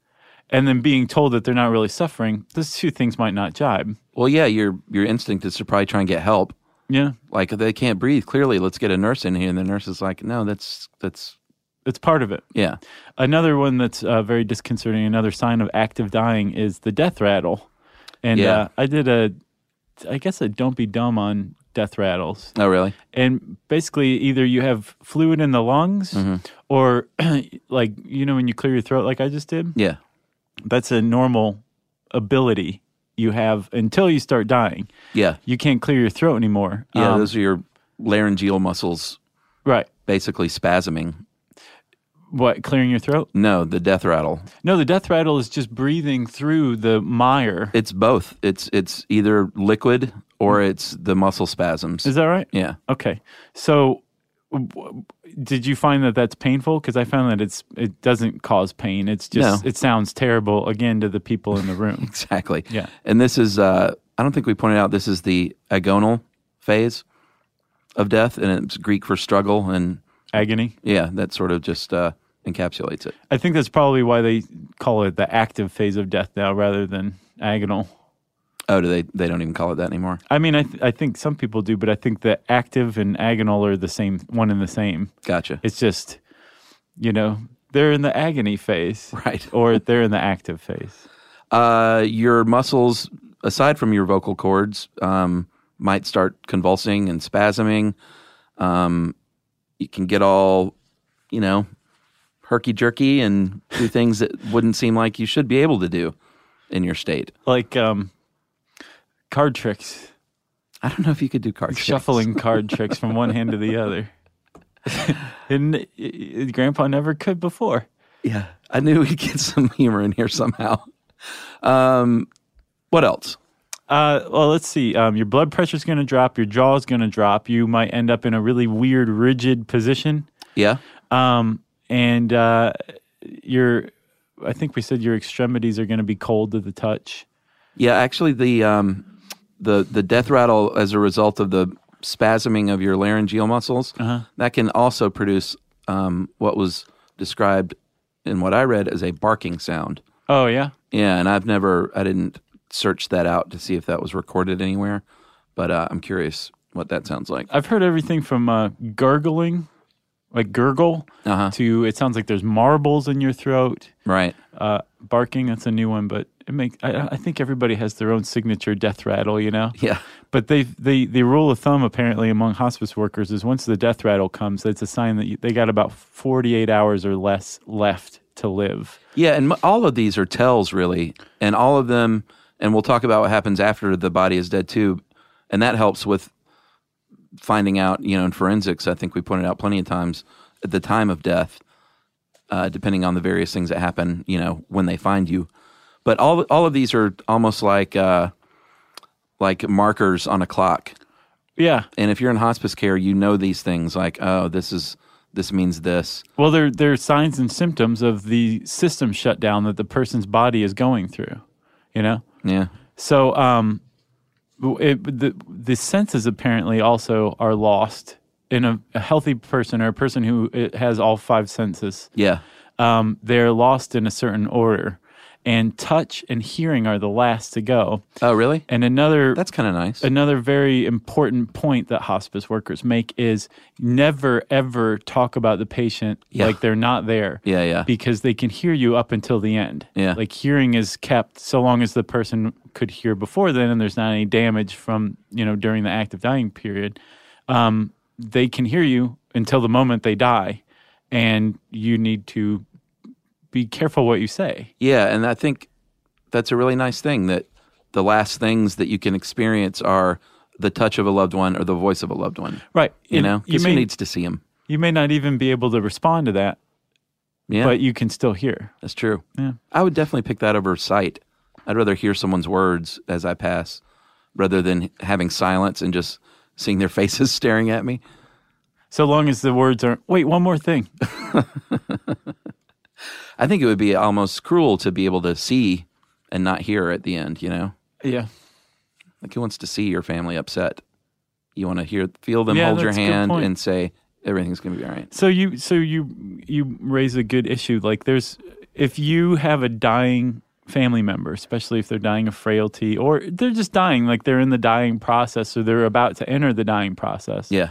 Speaker 4: and then being told that they're not really suffering, those two things might not jibe.
Speaker 5: Well, yeah, your your instinct is to probably try and get help.
Speaker 4: Yeah,
Speaker 5: Like they can't breathe. Clearly, let's get a nurse in here. And the nurse is like, no, that's that's
Speaker 4: it's part of it.
Speaker 5: yeah.
Speaker 4: Another one that's uh, very disconcerting, another sign of active dying is the death rattle. And
Speaker 5: Yeah.
Speaker 4: uh, I did a, I guess a don't be dumb on death rattles.
Speaker 5: Oh, really?
Speaker 4: And basically, either you have fluid in the lungs
Speaker 5: Mm-hmm.
Speaker 4: or like, you know, when you clear your throat, like I just did,
Speaker 5: Yeah.
Speaker 4: that's a normal ability you have until you start dying.
Speaker 5: Yeah.
Speaker 4: You can't clear your throat anymore.
Speaker 5: Yeah.
Speaker 4: Um,
Speaker 5: those are your laryngeal muscles
Speaker 4: right.
Speaker 5: basically spasming
Speaker 4: What, clearing your throat?
Speaker 5: No, the death rattle.
Speaker 4: No, the death rattle is just breathing through the mire.
Speaker 5: It's both. It's it's either liquid or it's the muscle spasms.
Speaker 4: Hmm. Is that right?
Speaker 5: yeah.
Speaker 4: Okay. So w- did you find that that's painful? Because I found that it's it doesn't cause pain. It's just
Speaker 5: No.
Speaker 4: it sounds terrible again to the people in the room.
Speaker 5: Exactly.
Speaker 4: Yeah.
Speaker 5: And this is uh I don't think we pointed out this is the agonal phase of death and it's Greek for struggle and
Speaker 4: Agony.
Speaker 5: yeah, that sort of just uh encapsulates it.
Speaker 4: I think that's probably why they call it the active phase of death now rather than agonal.
Speaker 5: Oh, do they they don't even call it that anymore.
Speaker 4: I mean, I th- I think some people do, but I think the active and agonal are the same one and the same.
Speaker 5: Gotcha.
Speaker 4: It's just you know they're in the agony phase,
Speaker 5: Right.
Speaker 4: Or they're in the active phase.
Speaker 5: Uh your muscles aside from your vocal cords um might start convulsing and spasming. Um you can get all you know, herky jerky and do things that wouldn't seem like you should be able to do in your state.
Speaker 4: Like um, card tricks.
Speaker 5: I don't know if you could do card tricks.
Speaker 4: shuffling card tricks from one hand to the other. and i- i- grandpa never could before.
Speaker 5: Yeah, I knew we'd get some humor in here somehow. Um, what else?
Speaker 4: Uh, well, let's see. Um, your blood pressure's going to drop. Your jaw's going to drop. You might end up in a really weird, rigid position.
Speaker 5: Yeah,
Speaker 4: Um, and uh, your, I think we said your extremities are going to be cold to the touch.
Speaker 5: yeah. Actually, the um, the the death rattle as a result of the spasming of your laryngeal muscles that can also produce um, what was described in what I read as a barking sound.
Speaker 4: Oh, yeah.
Speaker 5: Yeah, and I've never, I didn't search that out to see if that was recorded anywhere, but uh, I'm curious what that sounds like.
Speaker 4: I've heard everything from uh, gurgling, like gurgle
Speaker 5: Uh-huh.
Speaker 4: to it sounds like there's marbles in your throat.
Speaker 5: Right.
Speaker 4: Uh, barking, that's a new one, but it makes. I, I think everybody has their own signature death rattle, you know.
Speaker 5: Yeah.
Speaker 4: But they, they, the rule of thumb apparently among hospice workers is once the death rattle comes, that's a sign that you, they got about 48 hours or less left to live.
Speaker 5: Yeah, and m- all of these are tells really, and all of them, and we'll talk about what happens after the body is dead too, and that helps with finding out. You know, in forensics, I think we pointed out plenty of times at the time of death, uh, depending on the various things that happen. You know, when they find you, but all all of these are almost like uh, like markers on a clock.
Speaker 4: Yeah.
Speaker 5: And if you're in hospice care, you know these things like, oh, this is this means this.
Speaker 4: Well, they're, they're signs and symptoms of the system shutdown that the person's body is going through, you know?
Speaker 5: Yeah,
Speaker 4: So, um, it, the the senses apparently also are lost in a, a healthy person or a person who uh, has all five senses.
Speaker 5: yeah,
Speaker 4: Um, they're lost in a certain order, and touch and hearing are the last to go.
Speaker 5: Oh, really?
Speaker 4: And another
Speaker 5: That's kind of nice.
Speaker 4: another very important point that hospice workers make is never ever talk about the patient
Speaker 5: Yeah.
Speaker 4: like they're not there.
Speaker 5: Yeah, yeah.
Speaker 4: Because they can hear you up until the end.
Speaker 5: Yeah.
Speaker 4: Like hearing is kept so long as the person could hear before then and there's not any damage from, you know, during the active dying period. Um, they can hear you until the moment they die and you need to be careful what you say.
Speaker 5: Yeah, and I think that's a really nice thing that the last things that you can experience are the touch of a loved one or the voice of a loved one.
Speaker 4: Right.
Speaker 5: You know,
Speaker 4: you
Speaker 5: 'Cause who
Speaker 4: may,
Speaker 5: needs to see him?
Speaker 4: you may not even be able to respond to that,
Speaker 5: Yeah,
Speaker 4: but you can still hear.
Speaker 5: that's true.
Speaker 4: Yeah.
Speaker 5: I would definitely pick that over sight. I'd rather hear someone's words as I pass rather than having silence and just seeing their faces staring at me.
Speaker 4: So long as the words aren't, wait, one more thing.
Speaker 5: I think it would be almost cruel to be able to see and not hear at the end, you know?
Speaker 4: Yeah.
Speaker 5: Like who wants to see your family upset? You want to hear feel them
Speaker 4: Yeah,
Speaker 5: hold your
Speaker 4: that's a good
Speaker 5: hand
Speaker 4: point.
Speaker 5: and say everything's going to be all right.
Speaker 4: So you, so you, you raise a good issue. Like there's, if you have a dying family member, especially if they're dying of frailty or they're just dying, like they're in the dying process or they're about to enter the dying process.
Speaker 5: Yeah.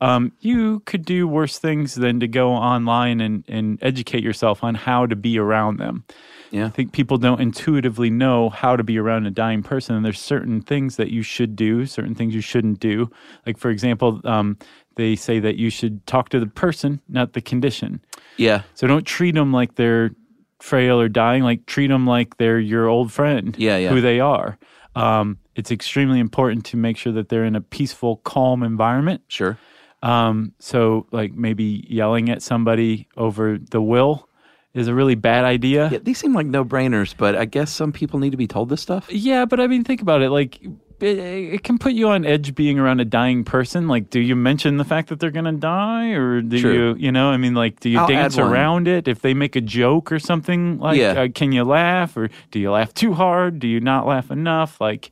Speaker 4: Um, you could do worse things than to go online and, and educate yourself on how to be around them.
Speaker 5: Yeah.
Speaker 4: I think people don't intuitively know how to be around a dying person. And there's certain things that you should do, certain things you shouldn't do. Like, for example, um, they say that you should talk to the person, not the condition.
Speaker 5: Yeah.
Speaker 4: So don't treat them like they're frail or dying. Like, treat them like they're your old friend,
Speaker 5: Yeah, yeah.
Speaker 4: who they are. Um, it's extremely important to make sure that they're in a peaceful, calm environment.
Speaker 5: Sure.
Speaker 4: Um, so, like, maybe yelling at somebody over the will is a really bad idea.
Speaker 5: Yeah, these seem like no brainers, but I guess some people need to be told this stuff.
Speaker 4: Yeah, but I mean, think about it. Like, it, it can put you on edge being around a dying person. Like, do you mention the fact that they're going to die, or do
Speaker 5: True.
Speaker 4: you, you know, I mean, like, do you
Speaker 5: I'll
Speaker 4: dance
Speaker 5: add one.
Speaker 4: around it? If they make a joke or something, like,
Speaker 5: Yeah.
Speaker 4: uh, can you laugh, or do you laugh too hard? Do you not laugh enough? Like,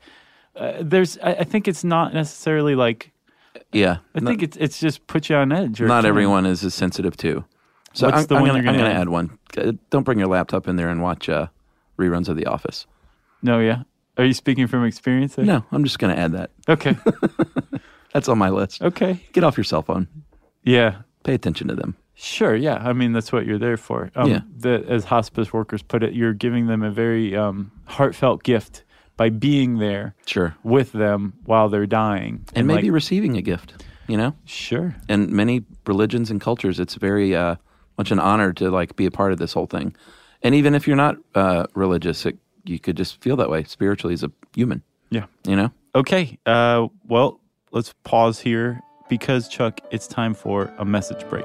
Speaker 4: uh, there's, I, I think it's not necessarily like.
Speaker 5: Yeah.
Speaker 4: I think it's it's just put you on edge. Or
Speaker 5: not
Speaker 4: something.
Speaker 5: everyone is as sensitive to. So
Speaker 4: What's
Speaker 5: I'm,
Speaker 4: the
Speaker 5: I'm
Speaker 4: one
Speaker 5: gonna,
Speaker 4: you're
Speaker 5: I'm
Speaker 4: gonna
Speaker 5: gonna
Speaker 4: add?
Speaker 5: add one. Uh, Don't bring your laptop in there and watch uh, reruns of The Office.
Speaker 4: No, yeah. Are you speaking from experience? There?
Speaker 5: No, I'm just gonna add that.
Speaker 4: Okay.
Speaker 5: That's on my list.
Speaker 4: okay.
Speaker 5: Get off your cell phone.
Speaker 4: Yeah.
Speaker 5: Pay attention to them.
Speaker 4: Sure. Yeah. I mean, that's what you're there for. Um,
Speaker 5: Yeah.
Speaker 4: The, as hospice workers put it, you're giving them a very um, heartfelt gift by being there
Speaker 5: Sure.
Speaker 4: with them while they're dying.
Speaker 5: And maybe
Speaker 4: like,
Speaker 5: receiving a gift. You know,
Speaker 4: sure.
Speaker 5: in many religions and cultures, it's very uh, much an honor to like be a part of this whole thing. And even if you're not uh, religious, it, you could just feel that way spiritually as a human.
Speaker 4: Yeah.
Speaker 5: You know.
Speaker 4: Okay. Uh, well, let's pause here because Chuck, it's time for a message break.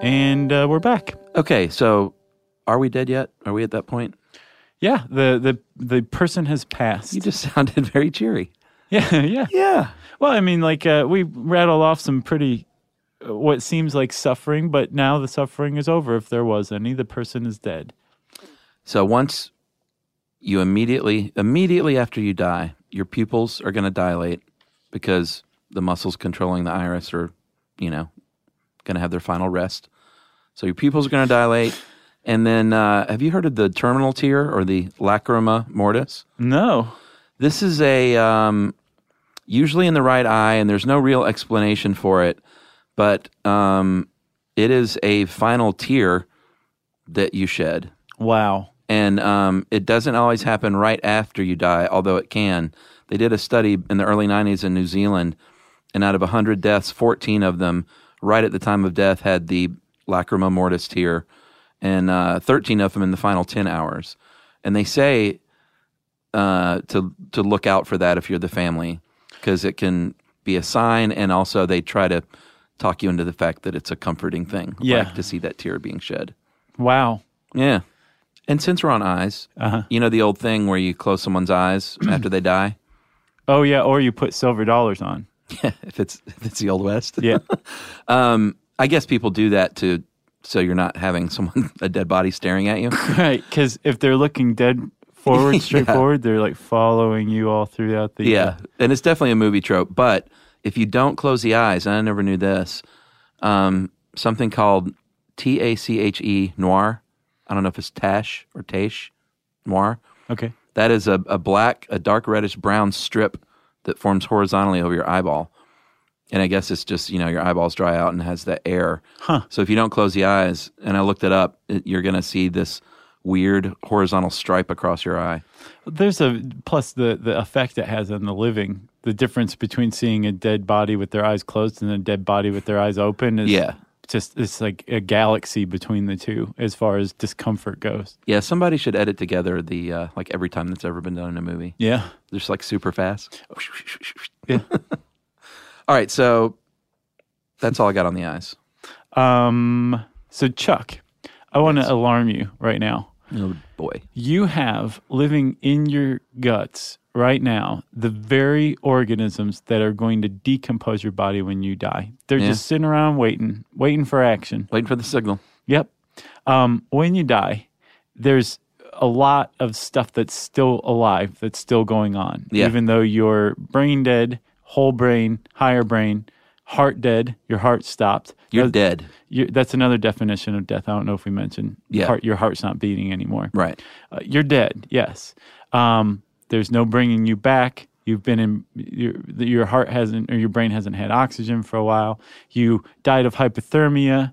Speaker 4: And uh, we're back.
Speaker 5: Okay, so are we dead yet? Are we at that point?
Speaker 4: Yeah, the the the person has passed.
Speaker 5: You just sounded very cheery.
Speaker 4: yeah, yeah.
Speaker 5: Yeah.
Speaker 4: Well, I mean, like uh, we rattle off some pretty uh, what seems like suffering, but now the suffering is over. If there was any, the person is dead.
Speaker 5: So once you immediately immediately after you die, your pupils are going to dilate because the muscles controlling the iris are, you know, going to have their final rest. So your pupils are going to dilate, and then uh, have you heard of the terminal tear or the lacrima mortis?
Speaker 4: No.
Speaker 5: This is a um, usually in the right eye, and there's no real explanation for it, but um, it is a final tear that you shed
Speaker 4: Wow.
Speaker 5: and um, it doesn't always happen right after you die, although it can. They did a study in the early 90s in New Zealand, and out of 100 deaths, 14 of them, right at the time of death, had the lacrima mortis tear, and uh, 13 of them in the final 10 hours. And they say uh, to to look out for that if you're the family, because it can be a sign, and also they try to talk you into the fact that it's a comforting thing,
Speaker 4: Yeah.
Speaker 5: like to see that tear being shed.
Speaker 4: Wow.
Speaker 5: Yeah. And since we're on eyes,
Speaker 4: Uh-huh.
Speaker 5: you know the old thing where you close someone's eyes after they die?
Speaker 4: Oh yeah, or you put silver dollars on.
Speaker 5: if it's if it's the old west.
Speaker 4: Yeah.
Speaker 5: Um I guess people do that to so you're not having someone a dead body staring at you.
Speaker 4: right. Because if they're looking dead forward, straight forward, they're like following you all throughout the.
Speaker 5: yeah. And it's definitely a movie trope, but if you don't close the eyes, and I never knew this, um, something called T A C H E noir. I don't know if it's Tash or Tash noir.
Speaker 4: Okay.
Speaker 5: That is a, a black, a dark reddish brown strip that forms horizontally over your eyeball. And I guess it's just, you know, your eyeballs dry out and has that air.
Speaker 4: Huh.
Speaker 5: So if you don't close the eyes, and I looked it up, it, you're going to see this weird horizontal stripe across your eye.
Speaker 4: There's a plus the the effect it has on the living. The difference between seeing a dead body with their eyes closed and a dead body with their eyes open is
Speaker 5: Yeah.
Speaker 4: just it's like a galaxy between the two as far as discomfort goes.
Speaker 5: Yeah, somebody should edit together the, uh, like every time that's ever been done in a movie.
Speaker 4: Yeah.
Speaker 5: Just like super fast.
Speaker 4: Yeah.
Speaker 5: All right. So that's all I got on the eyes.
Speaker 4: Um so Chuck, I want to alarm you right now.
Speaker 5: Oh, boy.
Speaker 4: you have living in your guts right now the very organisms that are going to decompose your body when you die. They're
Speaker 5: Yeah.
Speaker 4: just sitting around waiting, waiting for action.
Speaker 5: Waiting for the signal.
Speaker 4: Yep. Um, when you die, there's a lot of stuff that's still alive, that's still going on.
Speaker 5: Yeah.
Speaker 4: Even though you're brain dead, whole brain, higher brain, heart dead, your heart stopped.
Speaker 5: You're
Speaker 4: That's-
Speaker 5: dead.
Speaker 4: You're, that's another definition of death. I don't know if we mentioned
Speaker 5: Yeah.
Speaker 4: heart, your heart's not beating anymore.
Speaker 5: Right.
Speaker 4: Uh, you're dead. Yes. Um, there's no bringing you back. You've been in your your heart hasn't or your brain hasn't had oxygen for a while. You died of hypothermia,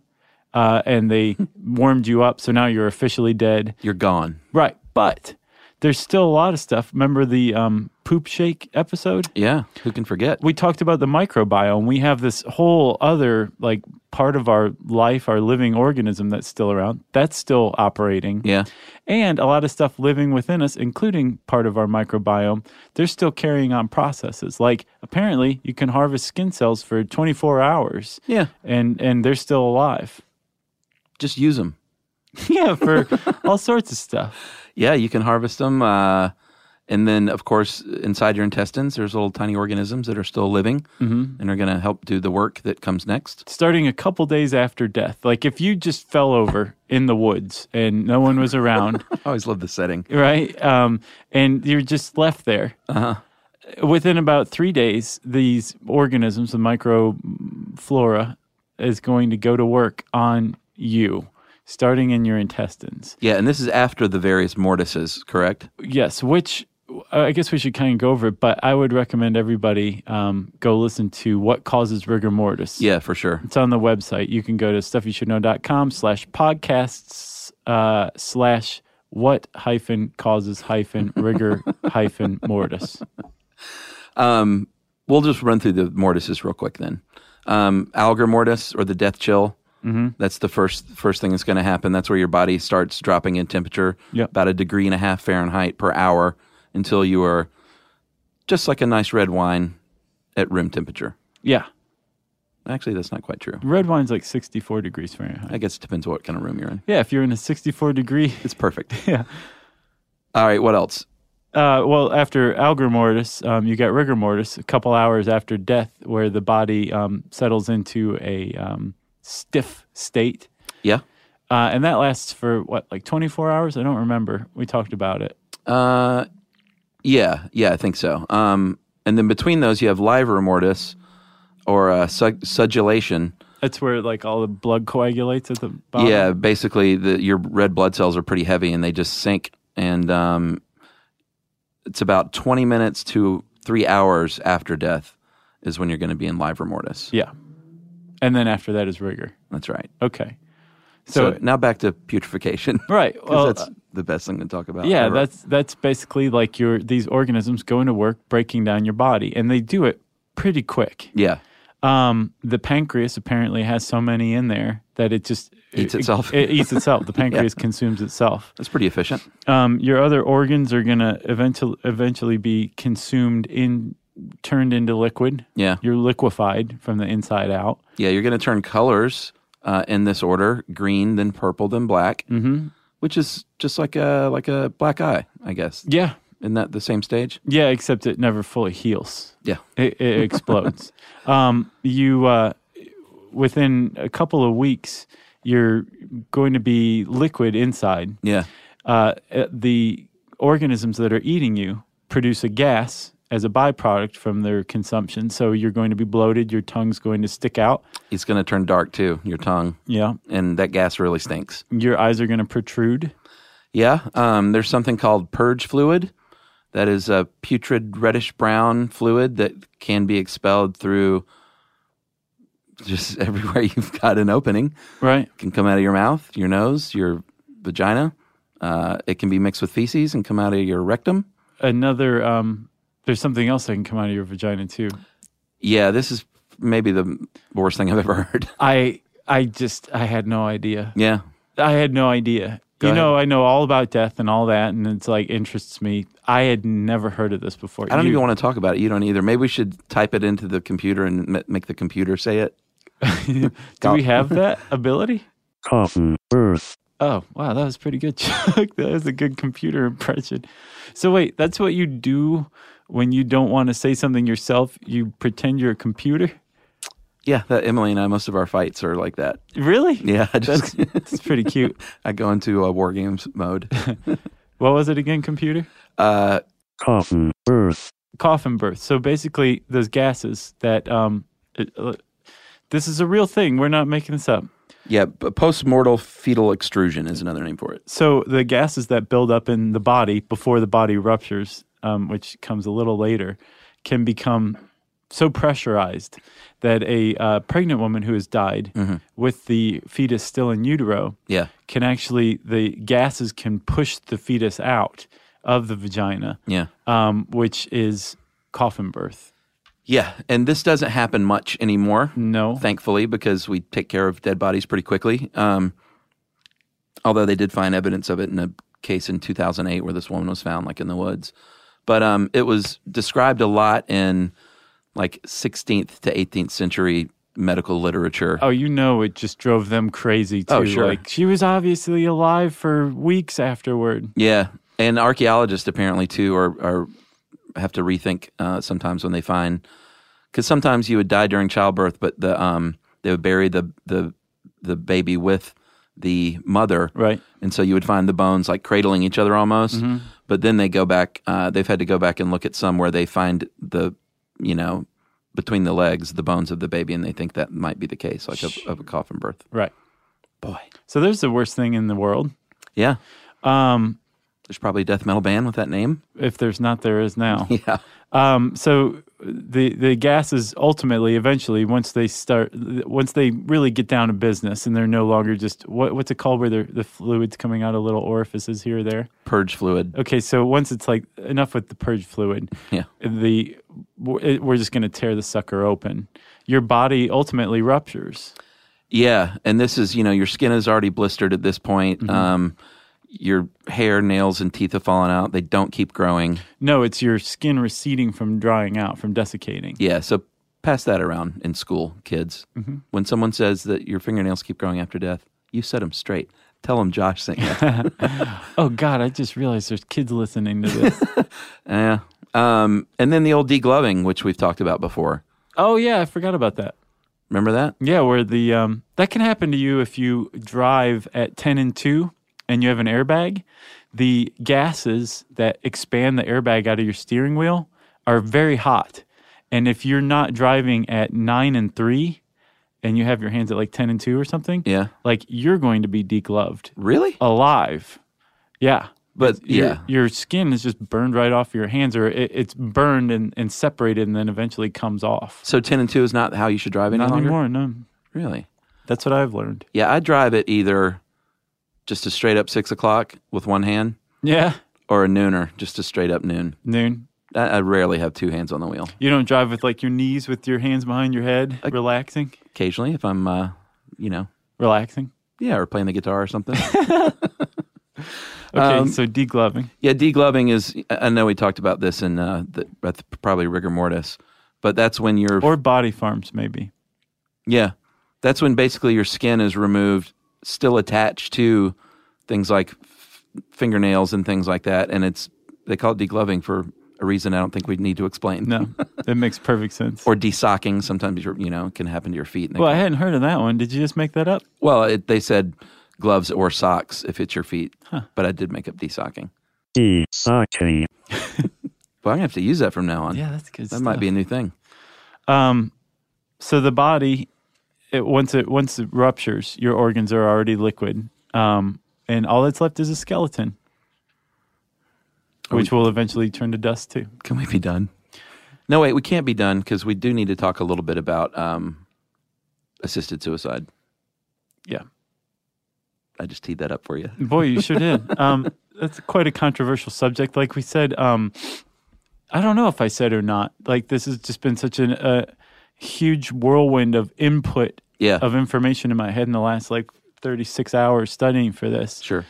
Speaker 4: uh, and they warmed you up, so now you're officially dead.
Speaker 5: You're gone.
Speaker 4: Right, but there's still a lot of stuff. Remember the um, poop shake episode.
Speaker 5: Yeah, who can forget?
Speaker 4: we talked about the microbiome. We have this whole other like part of our life, our living organism that's still around. That's still operating.
Speaker 5: Yeah,
Speaker 4: And a lot of stuff living within us, including part of our microbiome, they're still carrying on processes. Like apparently you can harvest skin cells for 24 hours
Speaker 5: yeah.
Speaker 4: and and they're still alive.
Speaker 5: Just use them.
Speaker 4: yeah, for all sorts of stuff.
Speaker 5: Yeah, you can harvest them. Uh, and then, of course, inside your intestines, there's little tiny organisms that are still living and are going to help do the work that comes next.
Speaker 4: starting a couple days after death. Like if you just fell over in the woods and no one was around,
Speaker 5: I always love the setting.
Speaker 4: right? Um, and you're just left there. Within about three days, these organisms, the microflora, is going to go to work on you, starting in your intestines.
Speaker 5: Yeah, and this is after the various mortises, correct?
Speaker 4: Yes, which uh, I guess we should kind of go over it, but I would recommend everybody um, go listen to What Causes Rigor Mortis.
Speaker 5: Yeah, for sure.
Speaker 4: It's on the website. You can go to stuffyoushouldknow.com slash podcasts uh, slash what hyphen causes hyphen rigor hyphen mortis.
Speaker 5: Um, we'll just run through the mortises real quick then. Um, algar mortis or the death chill. Mm-hmm. That's the first first thing that's going to happen. That's where your body starts dropping in temperature
Speaker 4: Yep.
Speaker 5: about a degree and a half Fahrenheit per hour until you are just like a nice red wine at room temperature.
Speaker 4: Yeah.
Speaker 5: Actually, that's not quite true.
Speaker 4: Red wine's like 64 degrees
Speaker 5: I
Speaker 4: Fahrenheit.
Speaker 5: guess it depends what kind of room you're in.
Speaker 4: Yeah, if you're in a 64 degree.
Speaker 5: It's perfect.
Speaker 4: Yeah.
Speaker 5: All right, what else?
Speaker 4: Uh, well, after algor mortis, um, you got rigor mortis a couple hours after death, where the body um, settles into a um, stiff state.
Speaker 5: Yeah.
Speaker 4: Uh, and that lasts for what, like 24 hours? I don't remember. We talked about it.
Speaker 5: Uh, yeah, yeah, I think so. Um, and then between those, you have livor mortis or uh, sug- suggulation.
Speaker 4: That's where like all the blood coagulates at the bottom.
Speaker 5: Yeah, basically, the, your red blood cells are pretty heavy and they just sink. And um, it's about 20 minutes to three hours after death is when you're going to be in livor mortis.
Speaker 4: Yeah. And then after that is rigor.
Speaker 5: That's right.
Speaker 4: Okay.
Speaker 5: So,
Speaker 4: So,
Speaker 5: now back to putrefaction. 'Cause
Speaker 4: right. Well,
Speaker 5: that's
Speaker 4: uh,
Speaker 5: the best thing to talk about.
Speaker 4: yeah,
Speaker 5: ever.
Speaker 4: that's that's basically like your these organisms going to work breaking down your body and they do it pretty quick.
Speaker 5: Yeah.
Speaker 4: Um the pancreas apparently has so many in there that it just
Speaker 5: Eats
Speaker 4: it-
Speaker 5: itself.
Speaker 4: It, eats itself. The pancreas consumes itself.
Speaker 5: That's pretty efficient.
Speaker 4: um, your other organs are going to eventually eventually be consumed in turned into liquid.
Speaker 5: Yeah.
Speaker 4: You're liquefied from the inside out.
Speaker 5: Yeah, you're going to turn colors uh, in this order: green, then purple, then black, mm-hmm. which is just like a like a black eye, I guess.
Speaker 4: Yeah.
Speaker 5: Isn't that the same stage?
Speaker 4: Yeah, except it never fully heals.
Speaker 5: Yeah,
Speaker 4: It, it explodes. um, you uh, within a couple of weeks, you're going to be liquid inside.
Speaker 5: yeah,
Speaker 4: Uh, uh, the organisms that are eating you produce a gas as a byproduct from their consumption. So you're going to be bloated. Your tongue's going to stick out.
Speaker 5: it's going to turn dark too. Your tongue
Speaker 4: Yeah.
Speaker 5: and that gas really stinks.
Speaker 4: your eyes are going to protrude.
Speaker 5: Yeah, um, there's something called purge fluid. That is a putrid reddish brown fluid that can be expelled through just everywhere you've got an opening.
Speaker 4: Right.
Speaker 5: can come out of your mouth, your nose, your vagina. Uh, it can be mixed with feces and come out of your rectum.
Speaker 4: Another, um, there's something else that can come out of your vagina too.
Speaker 5: Yeah, this is maybe the worst thing I've ever heard.
Speaker 4: I, I just, I had no idea.
Speaker 5: yeah,
Speaker 4: I had no idea.
Speaker 5: Go
Speaker 4: you
Speaker 5: ahead.
Speaker 4: know, I know all about death and all that, and it's like interests me. I had never heard of this before.
Speaker 5: I don't
Speaker 4: You-
Speaker 5: even want to talk about it. You don't either. Maybe we should type it into the computer and m- make the computer say it.
Speaker 4: Do we have that ability? Coffin birth. Oh wow, that was pretty good, Chuck. That was a good computer impression. So wait, that's what you do when you don't want to say something yourself. You pretend you're a computer.
Speaker 5: Yeah, that Emily and I, most of our fights are like that.
Speaker 4: Really?
Speaker 5: Yeah, I
Speaker 4: That's,
Speaker 5: just
Speaker 4: that's pretty cute.
Speaker 5: I go into uh, war games mode.
Speaker 4: What was it again, computer?
Speaker 5: Uh,
Speaker 4: Coffin birth. So basically, those gases that, um, it- uh, this is a real thing. We're not making this up.
Speaker 5: yeah, but postmortal fetal extrusion is another name for it.
Speaker 4: So the gases that build up in the body before the body ruptures, um, which comes a little later, can become so pressurized that a uh, pregnant woman who has died with the fetus still in utero
Speaker 5: Yeah,
Speaker 4: can actually the gases can push the fetus out of the vagina,
Speaker 5: Yeah.
Speaker 4: um, which is coffin birth.
Speaker 5: Yeah. And this doesn't happen much anymore.
Speaker 4: No.
Speaker 5: thankfully, because we take care of dead bodies pretty quickly. Um, although they did find evidence of it in a case in 2008 where this woman was found like in the woods. But um, it was described a lot in like 16th to 18th century medical literature.
Speaker 4: Oh, you know, it just drove them crazy too.
Speaker 5: Oh, sure.
Speaker 4: Like she was obviously alive for weeks afterward.
Speaker 5: Yeah, and archaeologists apparently too are are have to rethink uh, sometimes when they find because sometimes you would die during childbirth, but the um they would bury the the the baby with the mother,
Speaker 4: Right.
Speaker 5: And so you would find the bones like cradling each other almost.
Speaker 4: Mm-hmm.
Speaker 5: But then they go back. Uh, they've had to go back and look at some where they find the you know between the legs the bones of the baby, and they think that might be the case, like of, of a coffin birth.
Speaker 4: Right.
Speaker 5: Boy,
Speaker 4: So there's the worst thing in the world.
Speaker 5: yeah.
Speaker 4: Um,
Speaker 5: There's probably a death metal band with that name.
Speaker 4: if there's not, there is now.
Speaker 5: Yeah.
Speaker 4: Um, so the the gases ultimately, eventually, once they start, once they really get down to business, and they're no longer just what what's it called where the the fluids coming out of little orifices here or there.
Speaker 5: Purge fluid.
Speaker 4: Okay, so once it's like enough with the purge fluid,
Speaker 5: Yeah.
Speaker 4: the we're we're just going to tear the sucker open. Your body ultimately ruptures.
Speaker 5: Yeah, and this is you know your skin is already blistered at this point. Um, your hair, nails, and teeth have fallen out. They don't keep growing.
Speaker 4: No, it's your skin receding from drying out, from desiccating.
Speaker 5: Yeah, so pass that around in school, kids.
Speaker 4: Mm-hmm.
Speaker 5: When someone says that your fingernails keep growing after death, you set them straight. Tell them Josh sent you.
Speaker 4: Oh God, I just realized there's kids listening to this.
Speaker 5: yeah. Um, and then the old degloving, which we've talked about before.
Speaker 4: oh yeah, I forgot about that.
Speaker 5: Remember that?
Speaker 4: Yeah, where the um, that can happen to you if you drive at ten and two and you have an airbag. The gases that expand the airbag out of your steering wheel are very hot, and if you're not driving at nine and three, and you have your hands at like ten and two or something,
Speaker 5: Yeah.
Speaker 4: like you're going to be degloved
Speaker 5: Really?
Speaker 4: alive. Yeah.
Speaker 5: But
Speaker 4: Your,
Speaker 5: yeah,
Speaker 4: your skin is just burned right off your hands, or it, it's burned and, and separated, and then eventually comes off.
Speaker 5: so ten and two is not how you should drive any
Speaker 4: Not
Speaker 5: longer.
Speaker 4: anymore. No,
Speaker 5: Really?
Speaker 4: that's what I've learned.
Speaker 5: Yeah, I drive it either just a straight up six o'clock with one hand,
Speaker 4: Yeah.
Speaker 5: or a nooner, just a straight up noon.
Speaker 4: Noon.
Speaker 5: I, I rarely have two hands on the wheel.
Speaker 4: You don't drive with like your knees with your hands behind your head,
Speaker 5: Like-
Speaker 4: relaxing,
Speaker 5: Occasionally, if I'm, uh, you know,
Speaker 4: relaxing.
Speaker 5: yeah, or playing the guitar or something.
Speaker 4: Okay,
Speaker 5: Um,
Speaker 4: so degloving.
Speaker 5: yeah, degloving is. I I know we talked about this in uh, the, that's probably rigor mortis, but that's when your
Speaker 4: or body farms maybe.
Speaker 5: yeah, that's when basically your skin is removed, still attached to things like f- fingernails and things like that, and it's they call it degloving for a reason I don't think we need to explain.
Speaker 4: No, that makes perfect sense.
Speaker 5: Or desocking, sometimes you're, you know it can happen to your feet. And they
Speaker 4: well, I hadn't heard of that one. Did you just make that up?
Speaker 5: Well, it, they said gloves or socks if it's your feet, but I did make up desocking.
Speaker 6: Desocking.
Speaker 5: Well, I'm gonna have to use that from now on.
Speaker 4: Yeah, that's good.
Speaker 5: that might be a new thing.
Speaker 4: Um, so the body, it, once it once it ruptures, your organs are already liquid, um, and all that's left is a skeleton, which will eventually turn to dust too.
Speaker 5: Can we be done? No, wait, we can't be done because we do need to talk a little bit about um, assisted suicide.
Speaker 4: Yeah.
Speaker 5: I just teed that up for you.
Speaker 4: Boy, you sure did. Um, that's quite a controversial subject. Like we said, um, I don't know if I said or not. Like this has just been such an, a huge whirlwind of input
Speaker 5: Yeah,
Speaker 4: of information in my head in the last like 36 hours studying for this
Speaker 5: sure.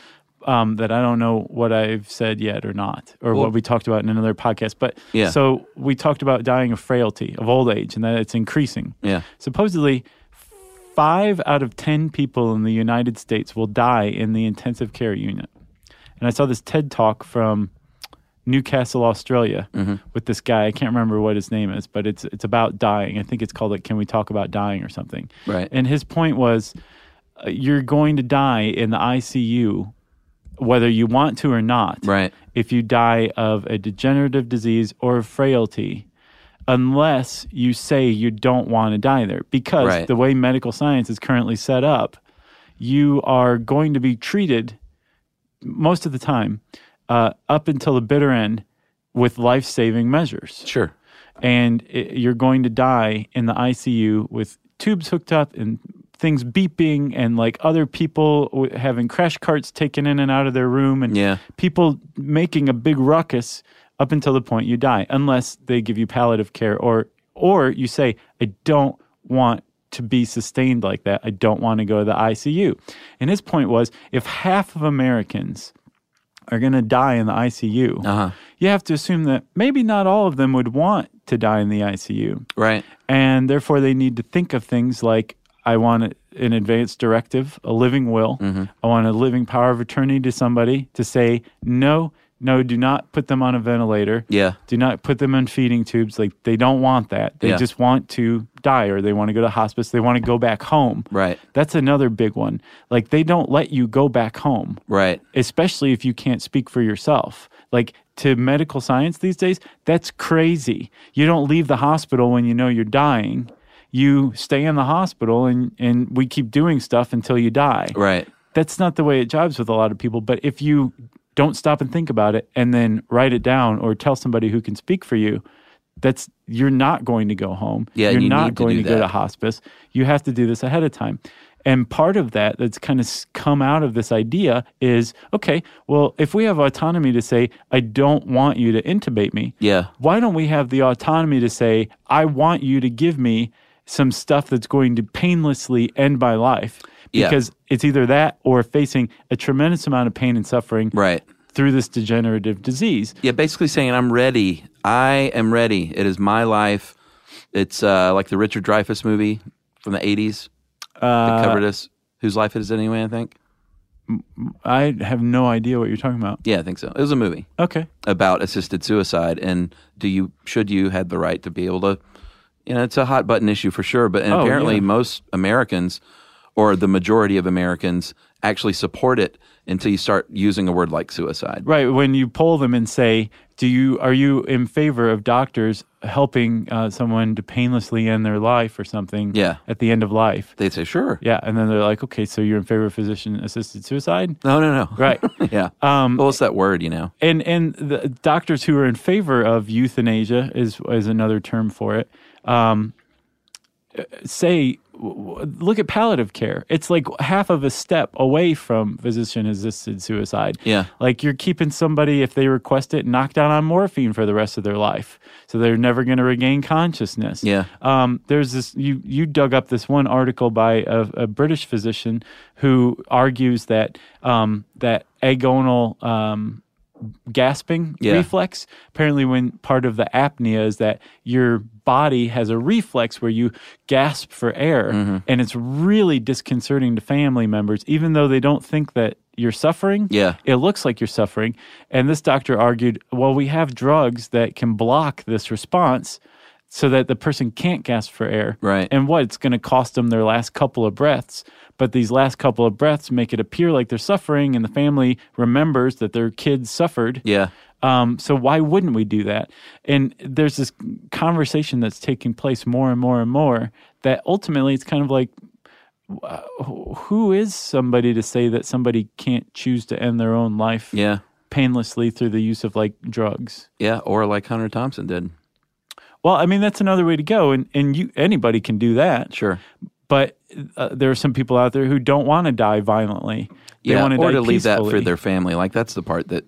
Speaker 4: um, that I don't know what I've said yet or not, or
Speaker 5: Well-
Speaker 4: what we talked about in another podcast. But
Speaker 5: Yeah.
Speaker 4: so we talked about dying of frailty, of old age, and that it's increasing.
Speaker 5: Yeah,
Speaker 4: Supposedly, five out of 10 people in the United States will die in the intensive care unit. And I saw this TED talk from Newcastle, Australia, with this guy. I can't remember what his name is, but it's, it's about dying. I think it's called, like, Can We Talk About Dying or something.
Speaker 5: Right.
Speaker 4: And his point was, uh, you're going to die in the ICU, whether you want to or not
Speaker 5: right.
Speaker 4: if you die of a degenerative disease or frailty unless you say you don't want to die there because
Speaker 5: Right.
Speaker 4: the way medical science is currently set up you are going to be treated most of the time uh, up until the bitter end with life-saving measures
Speaker 5: Sure.
Speaker 4: and it, you're going to die in the ICU with tubes hooked up and things beeping and like other people w- having crash carts taken in and out of their room and
Speaker 5: Yeah.
Speaker 4: people making a big ruckus up until the point you die, unless they give you palliative care or or you say, I don't want to be sustained like that. I don't want to go to the ICU. And his point was if half of Americans are going to die in the ICU,
Speaker 5: Uh-huh.
Speaker 4: you have to assume that maybe not all of them would want to die in the ICU.
Speaker 5: Right.
Speaker 4: And therefore, they need to think of things like I want an advance directive, a living will.
Speaker 5: Mm-hmm.
Speaker 4: I want a living power of attorney to somebody to say, no, no, do not put them on a ventilator.
Speaker 5: Yeah.
Speaker 4: Do not put them on feeding tubes. Like, they don't want that. They
Speaker 5: Yeah.
Speaker 4: just want to die or they want to go to hospice. They want to go back home.
Speaker 5: Right.
Speaker 4: That's another big one. Like, they don't let you go back home
Speaker 5: Right.
Speaker 4: especially if you can't speak for yourself. Like to medical science these days, that's crazy. You don't leave the hospital when you know you're dying. You stay in the hospital and, and we keep doing stuff until you die.
Speaker 5: Right.
Speaker 4: That's not the way it jobs with a lot of people. But if you don't stop and think about it and then write it down or tell somebody who can speak for you, that's you're not going to go home.
Speaker 5: Yeah, and
Speaker 4: you're
Speaker 5: you
Speaker 4: not
Speaker 5: need to
Speaker 4: going
Speaker 5: do
Speaker 4: to go
Speaker 5: that.
Speaker 4: to hospice. You have to do this ahead of time. And part of that that's kind of come out of this idea is okay, well, if we have autonomy to say, I don't want you to intubate me,
Speaker 5: Yeah.
Speaker 4: why don't we have the autonomy to say, I want you to give me some stuff that's going to painlessly end my life?
Speaker 5: Yeah.
Speaker 4: Because it's either that or facing a tremendous amount of pain and suffering
Speaker 5: Right.
Speaker 4: through this degenerative disease.
Speaker 5: Yeah, basically saying I'm ready. I am ready. It is my life. It's uh, like the Richard Dreyfuss movie from the '80s that
Speaker 4: Uh,
Speaker 5: covered us. Whose life it is anyway? I think.
Speaker 4: I have no idea what you're talking about.
Speaker 5: Yeah, I think so. It was a movie
Speaker 4: Okay.
Speaker 5: about assisted suicide and do you should you had the right to be able to. You know, it's a hot button issue for sure. But and
Speaker 4: Oh,
Speaker 5: apparently,
Speaker 4: yeah.
Speaker 5: most Americans, or the majority of Americans, actually support it until you start using a word like suicide.
Speaker 4: Right. When you poll them and say, do you are you in favor of doctors helping uh, someone to painlessly end their life or something
Speaker 5: Yeah.
Speaker 4: at the end of life?
Speaker 5: They say, "Sure."
Speaker 4: Yeah. And then they're like, okay, so you're in favor of physician assisted suicide?
Speaker 5: No, no, no.
Speaker 4: Right.
Speaker 5: yeah.
Speaker 4: Um,
Speaker 5: well, it's that word, you know.
Speaker 4: and and the doctors who are in favor of euthanasia is is another term for it. Um, uh, say, w- w- look at palliative care. It's like half of a step away from physician-assisted suicide.
Speaker 5: Yeah.
Speaker 4: like you're keeping somebody if they request it knocked out on morphine for the rest of their life, so they're never going to regain consciousness.
Speaker 5: Yeah.
Speaker 4: Um, there's this you you dug up this one article by a, a British physician who argues that um, that agonal um, gasping
Speaker 5: Yeah.
Speaker 4: reflex apparently when part of the apnea is that your body has a reflex where you gasp for air
Speaker 5: Mm-hmm.
Speaker 4: and it's really disconcerting to family members even though they don't think that you're suffering
Speaker 5: Yeah.
Speaker 4: it looks like you're suffering. And this doctor argued, well, we have drugs that can block this response so that the person can't gasp for air.
Speaker 5: Right.
Speaker 4: And what? It's going to cost them their last couple of breaths. But these last couple of breaths make it appear like they're suffering, and the family remembers that their kids suffered.
Speaker 5: Yeah.
Speaker 4: Um, so why wouldn't we do that? And there's this conversation that's taking place more and more and more that ultimately it's kind of like, wh- who is somebody to say that somebody can't choose to end their own life
Speaker 5: Yeah.
Speaker 4: painlessly through the use of like drugs?
Speaker 5: Yeah. Or like Hunter Thompson did.
Speaker 4: Well, I mean that's another way to go, and and you anybody can do that.
Speaker 5: Sure.
Speaker 4: but uh, there are some people out there who don't want to die violently. They
Speaker 5: yeah.
Speaker 4: want to
Speaker 5: or
Speaker 4: die
Speaker 5: to leave that for
Speaker 4: peacefully.
Speaker 5: their family. Like that's the part that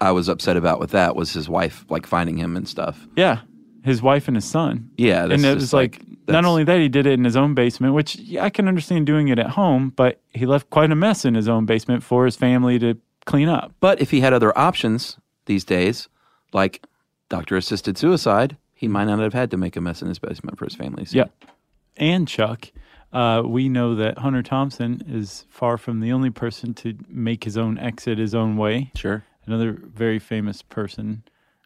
Speaker 5: I was upset about with that was his wife like finding him and stuff.
Speaker 4: Yeah, his wife and his son.
Speaker 5: Yeah.
Speaker 4: and it
Speaker 5: just
Speaker 4: was like, not
Speaker 5: that's-
Speaker 4: only that, he did it in his own basement, which yeah, I can understand doing it at home, but he left quite a mess in his own basement for his family to clean up.
Speaker 5: But if he had other options these days, like doctor assisted suicide, he might not have had to make a mess in his basement for his family. So-
Speaker 4: Yeah. And Chuck, uh, we know that Hunter Thompson is far from the only person to make his own exit his own way.
Speaker 5: Sure.
Speaker 4: Another very famous person,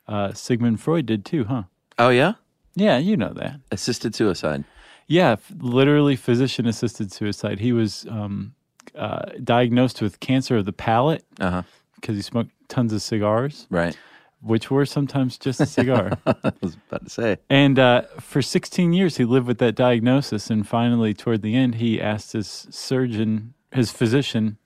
Speaker 4: uh, Sigmund Freud did too, huh?
Speaker 5: Oh yeah?
Speaker 4: Yeah, you know that.
Speaker 5: Assisted suicide.
Speaker 4: Yeah, f- literally physician assisted suicide. He was um, uh, diagnosed with cancer of the palate
Speaker 5: Uh-huh.
Speaker 4: because he smoked tons of cigars,
Speaker 5: Right.
Speaker 4: which were sometimes just a cigar.
Speaker 5: I was about to say.
Speaker 4: and uh, for 16 years, he lived with that diagnosis. And finally, toward the end, he asked his surgeon, his physician,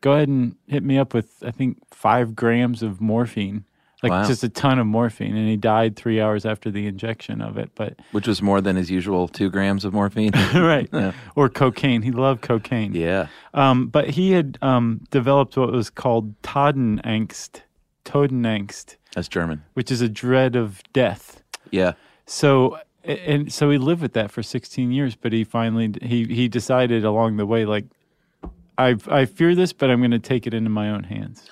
Speaker 4: go ahead and hit me up with, I think, five grams of morphine. like
Speaker 5: Wow.
Speaker 4: just a ton of morphine, and he died three hours after the injection of it. But
Speaker 5: which was more than his usual two grams of morphine.
Speaker 4: right,
Speaker 5: Yeah.
Speaker 4: or cocaine. He loved cocaine.
Speaker 5: yeah.
Speaker 4: Um, but he had um, developed what was called Totenangst, Totenangst,
Speaker 5: That's German.
Speaker 4: which is a dread of death.
Speaker 5: Yeah.
Speaker 4: So a- and so he lived with that for 16 years, but he finally he he decided along the way like I I fear this, but I'm going to take it into my own hands.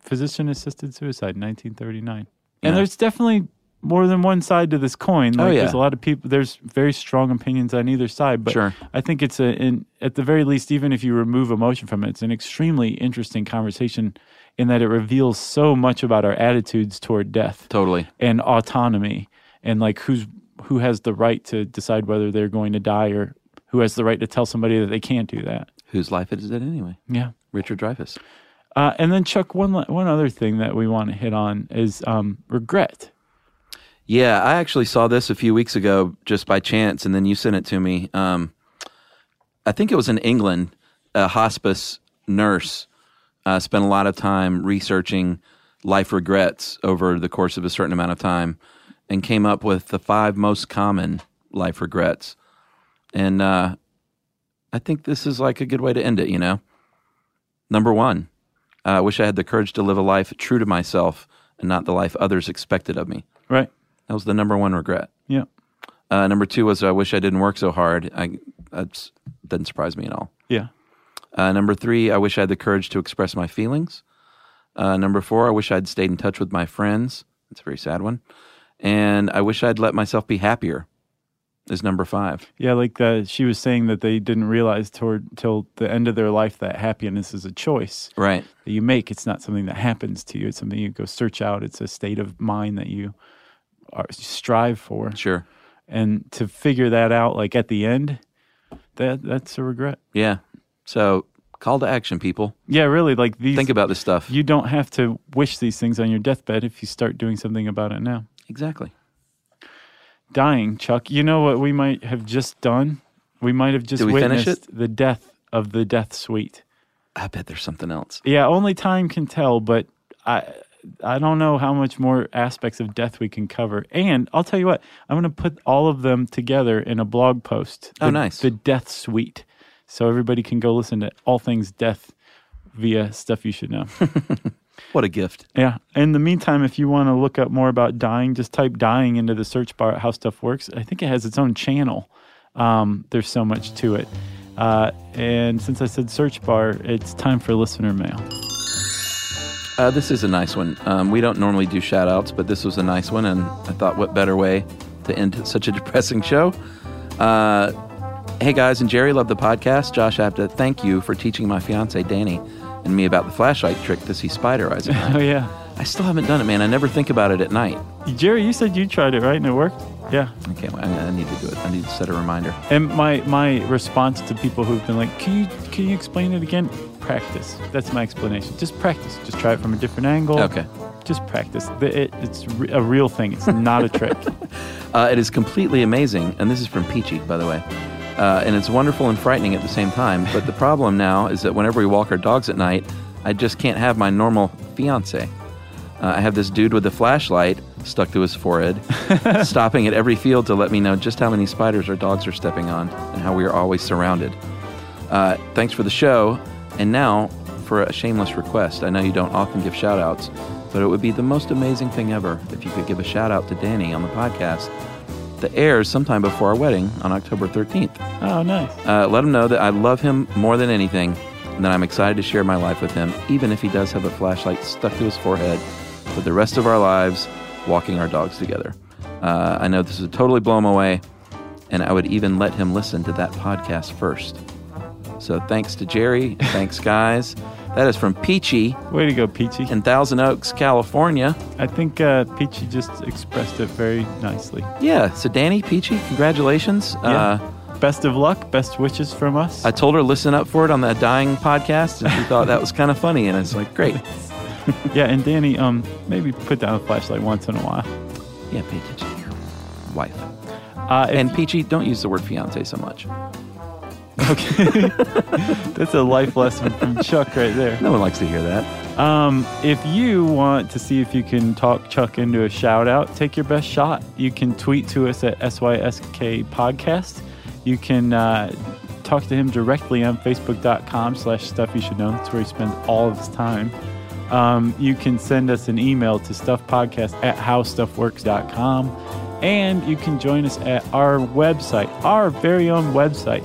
Speaker 4: Physician assisted suicide 1939. And there's definitely more than one side to this coin.
Speaker 5: Oh,
Speaker 4: Like there's
Speaker 5: yeah.
Speaker 4: a lot of people there's very strong opinions on either side, but
Speaker 5: Sure.
Speaker 4: I think it's a in, at the very least even if you remove emotion from it, it's an extremely interesting conversation in that it reveals so much about our attitudes toward death
Speaker 5: Totally.
Speaker 4: and autonomy and like who's who has the right to decide whether they're going to die or who has the right to tell somebody that they can't do that
Speaker 5: Whose life is it anyway?
Speaker 4: yeah
Speaker 5: Richard Dreyfus.
Speaker 4: uh, and then chuck one la- one other thing that we want to hit on is um, regret
Speaker 5: Yeah, I actually saw this a few weeks ago just by chance, and then you sent it to me. Um, I think it was in England. A hospice nurse uh, spent a lot of time researching life regrets over the course of a certain amount of time, and came up with the five most common life regrets. And uh, I think this is like a good way to end it. You know, number one, I wish I had the courage to live a life true to myself and not the life others expected of me.
Speaker 4: right
Speaker 5: That was the number one regret.
Speaker 4: yeah
Speaker 5: Uh, number two was I wish I didn't work so hard. I, that doesn't surprise me at all.
Speaker 4: yeah
Speaker 5: Uh, number three, I wish I had the courage to express my feelings. Uh, number four, I wish I'd stayed in touch with my friends. That's a very sad one. And I wish I'd let myself be happier. Is number five.
Speaker 4: yeah like uh, she was saying that they didn't realize toward till the end of their life that happiness is a choice
Speaker 5: Right.
Speaker 4: that you make it's not something that happens to you it's something you go search out it's a state of mind that you are, strive for
Speaker 5: Sure.
Speaker 4: and to figure that out like at the end that that's a regret
Speaker 5: Yeah. So call to action, people.
Speaker 4: yeah really like these
Speaker 5: Think about this stuff.
Speaker 4: you don't have to wish these things on your deathbed if you start doing something about it now
Speaker 5: exactly.
Speaker 4: dying chuck you know what we might have just done we might have just
Speaker 5: Did we finish
Speaker 4: witnessed the death of the death suite
Speaker 5: I bet there's something else.
Speaker 4: yeah only time can tell but i i don't know how much more aspects of death we can cover and i'll tell you what i'm going to put all of them together in a blog post
Speaker 5: Oh,
Speaker 4: The-
Speaker 5: nice.
Speaker 4: the death suite so everybody can go listen to all things death via stuff you should know
Speaker 5: What a gift.
Speaker 4: yeah in the meantime if you want to look up more about dying just type dying into the search bar at how stuff works i think it has its own channel um, there's so much to it uh, and since i said search bar it's time for listener mail
Speaker 5: Uh, this is a nice one. Um, we don't normally do shout outs, but this was a nice one, and I thought what better way to end such a depressing show. Uh, hey guys, and Jerry, love the podcast. Josh, I have to thank you for teaching my fiance Danny and me about the flashlight trick to see spider eyes at
Speaker 4: oh
Speaker 5: night.
Speaker 4: yeah
Speaker 5: I still haven't done it, man. I never think about it at night.
Speaker 4: Jerry, you said you tried it, right? And it worked? Yeah.
Speaker 5: I can't. I, I need to do it. I need to set a reminder.
Speaker 4: And my, my response to people who've been like, can you, can you explain it again? Practice. That's my explanation. Just practice. Just try it from a different angle.
Speaker 5: Okay.
Speaker 4: Just practice. The- It, it's re- a real thing. It's not a trick.
Speaker 5: Uh, it is completely amazing, and this is from Peachy, by the way. Uh, and it's wonderful and frightening at the same time. But the problem now is that whenever we walk our dogs at night, I just can't have my normal fiance. Uh, I have this dude with a flashlight stuck to his forehead, stopping at every field to let me know just how many spiders our dogs are stepping on and how we are always surrounded. Uh, thanks for the show. And now for a shameless request. I know you don't often give shout outs, but it would be the most amazing thing ever if you could give a shout out to Danny on the podcast that airs sometime before our wedding on October 13th.
Speaker 4: oh, nice.
Speaker 5: Uh, let him know that I love him more than anything and that I'm excited to share my life with him, even if he does have a flashlight stuck to his forehead for the rest of our lives walking our dogs together. Uh, I know this would totally blow him away, and I would even let him listen to that podcast first. So thanks to Jerry. Thanks, guys. That is from Peachy
Speaker 4: Way to go, Peachy.
Speaker 5: in Thousand Oaks, California.
Speaker 4: I think uh, Peachy just expressed it very nicely.
Speaker 5: Yeah, so Danny, Peachy, congratulations. Uh,
Speaker 4: best of luck. Best wishes from us.
Speaker 5: I told her listen up for it on the dying podcast, and she thought that was kind of funny. And it's like, great,
Speaker 4: yeah, and Danny, um, maybe put down a flashlight once in a while.
Speaker 5: yeah, pay attention to your wife.
Speaker 4: Uh, if
Speaker 5: And Peachy, don't use the word fiance so much.
Speaker 4: Okay. That's a life lesson from Chuck right there.
Speaker 5: No one likes to hear that.
Speaker 7: Um, if you want to see if you can talk Chuck into a shout out, take your best shot. You can tweet to us at SYSK Podcast. You can uh, talk to him directly on Facebook.com slash Stuff You Should Know. That's where he spends all of his time. Um, you can send us an email to stuffpodcast at howstuffworks.com. And you can join us at our website, our very own website.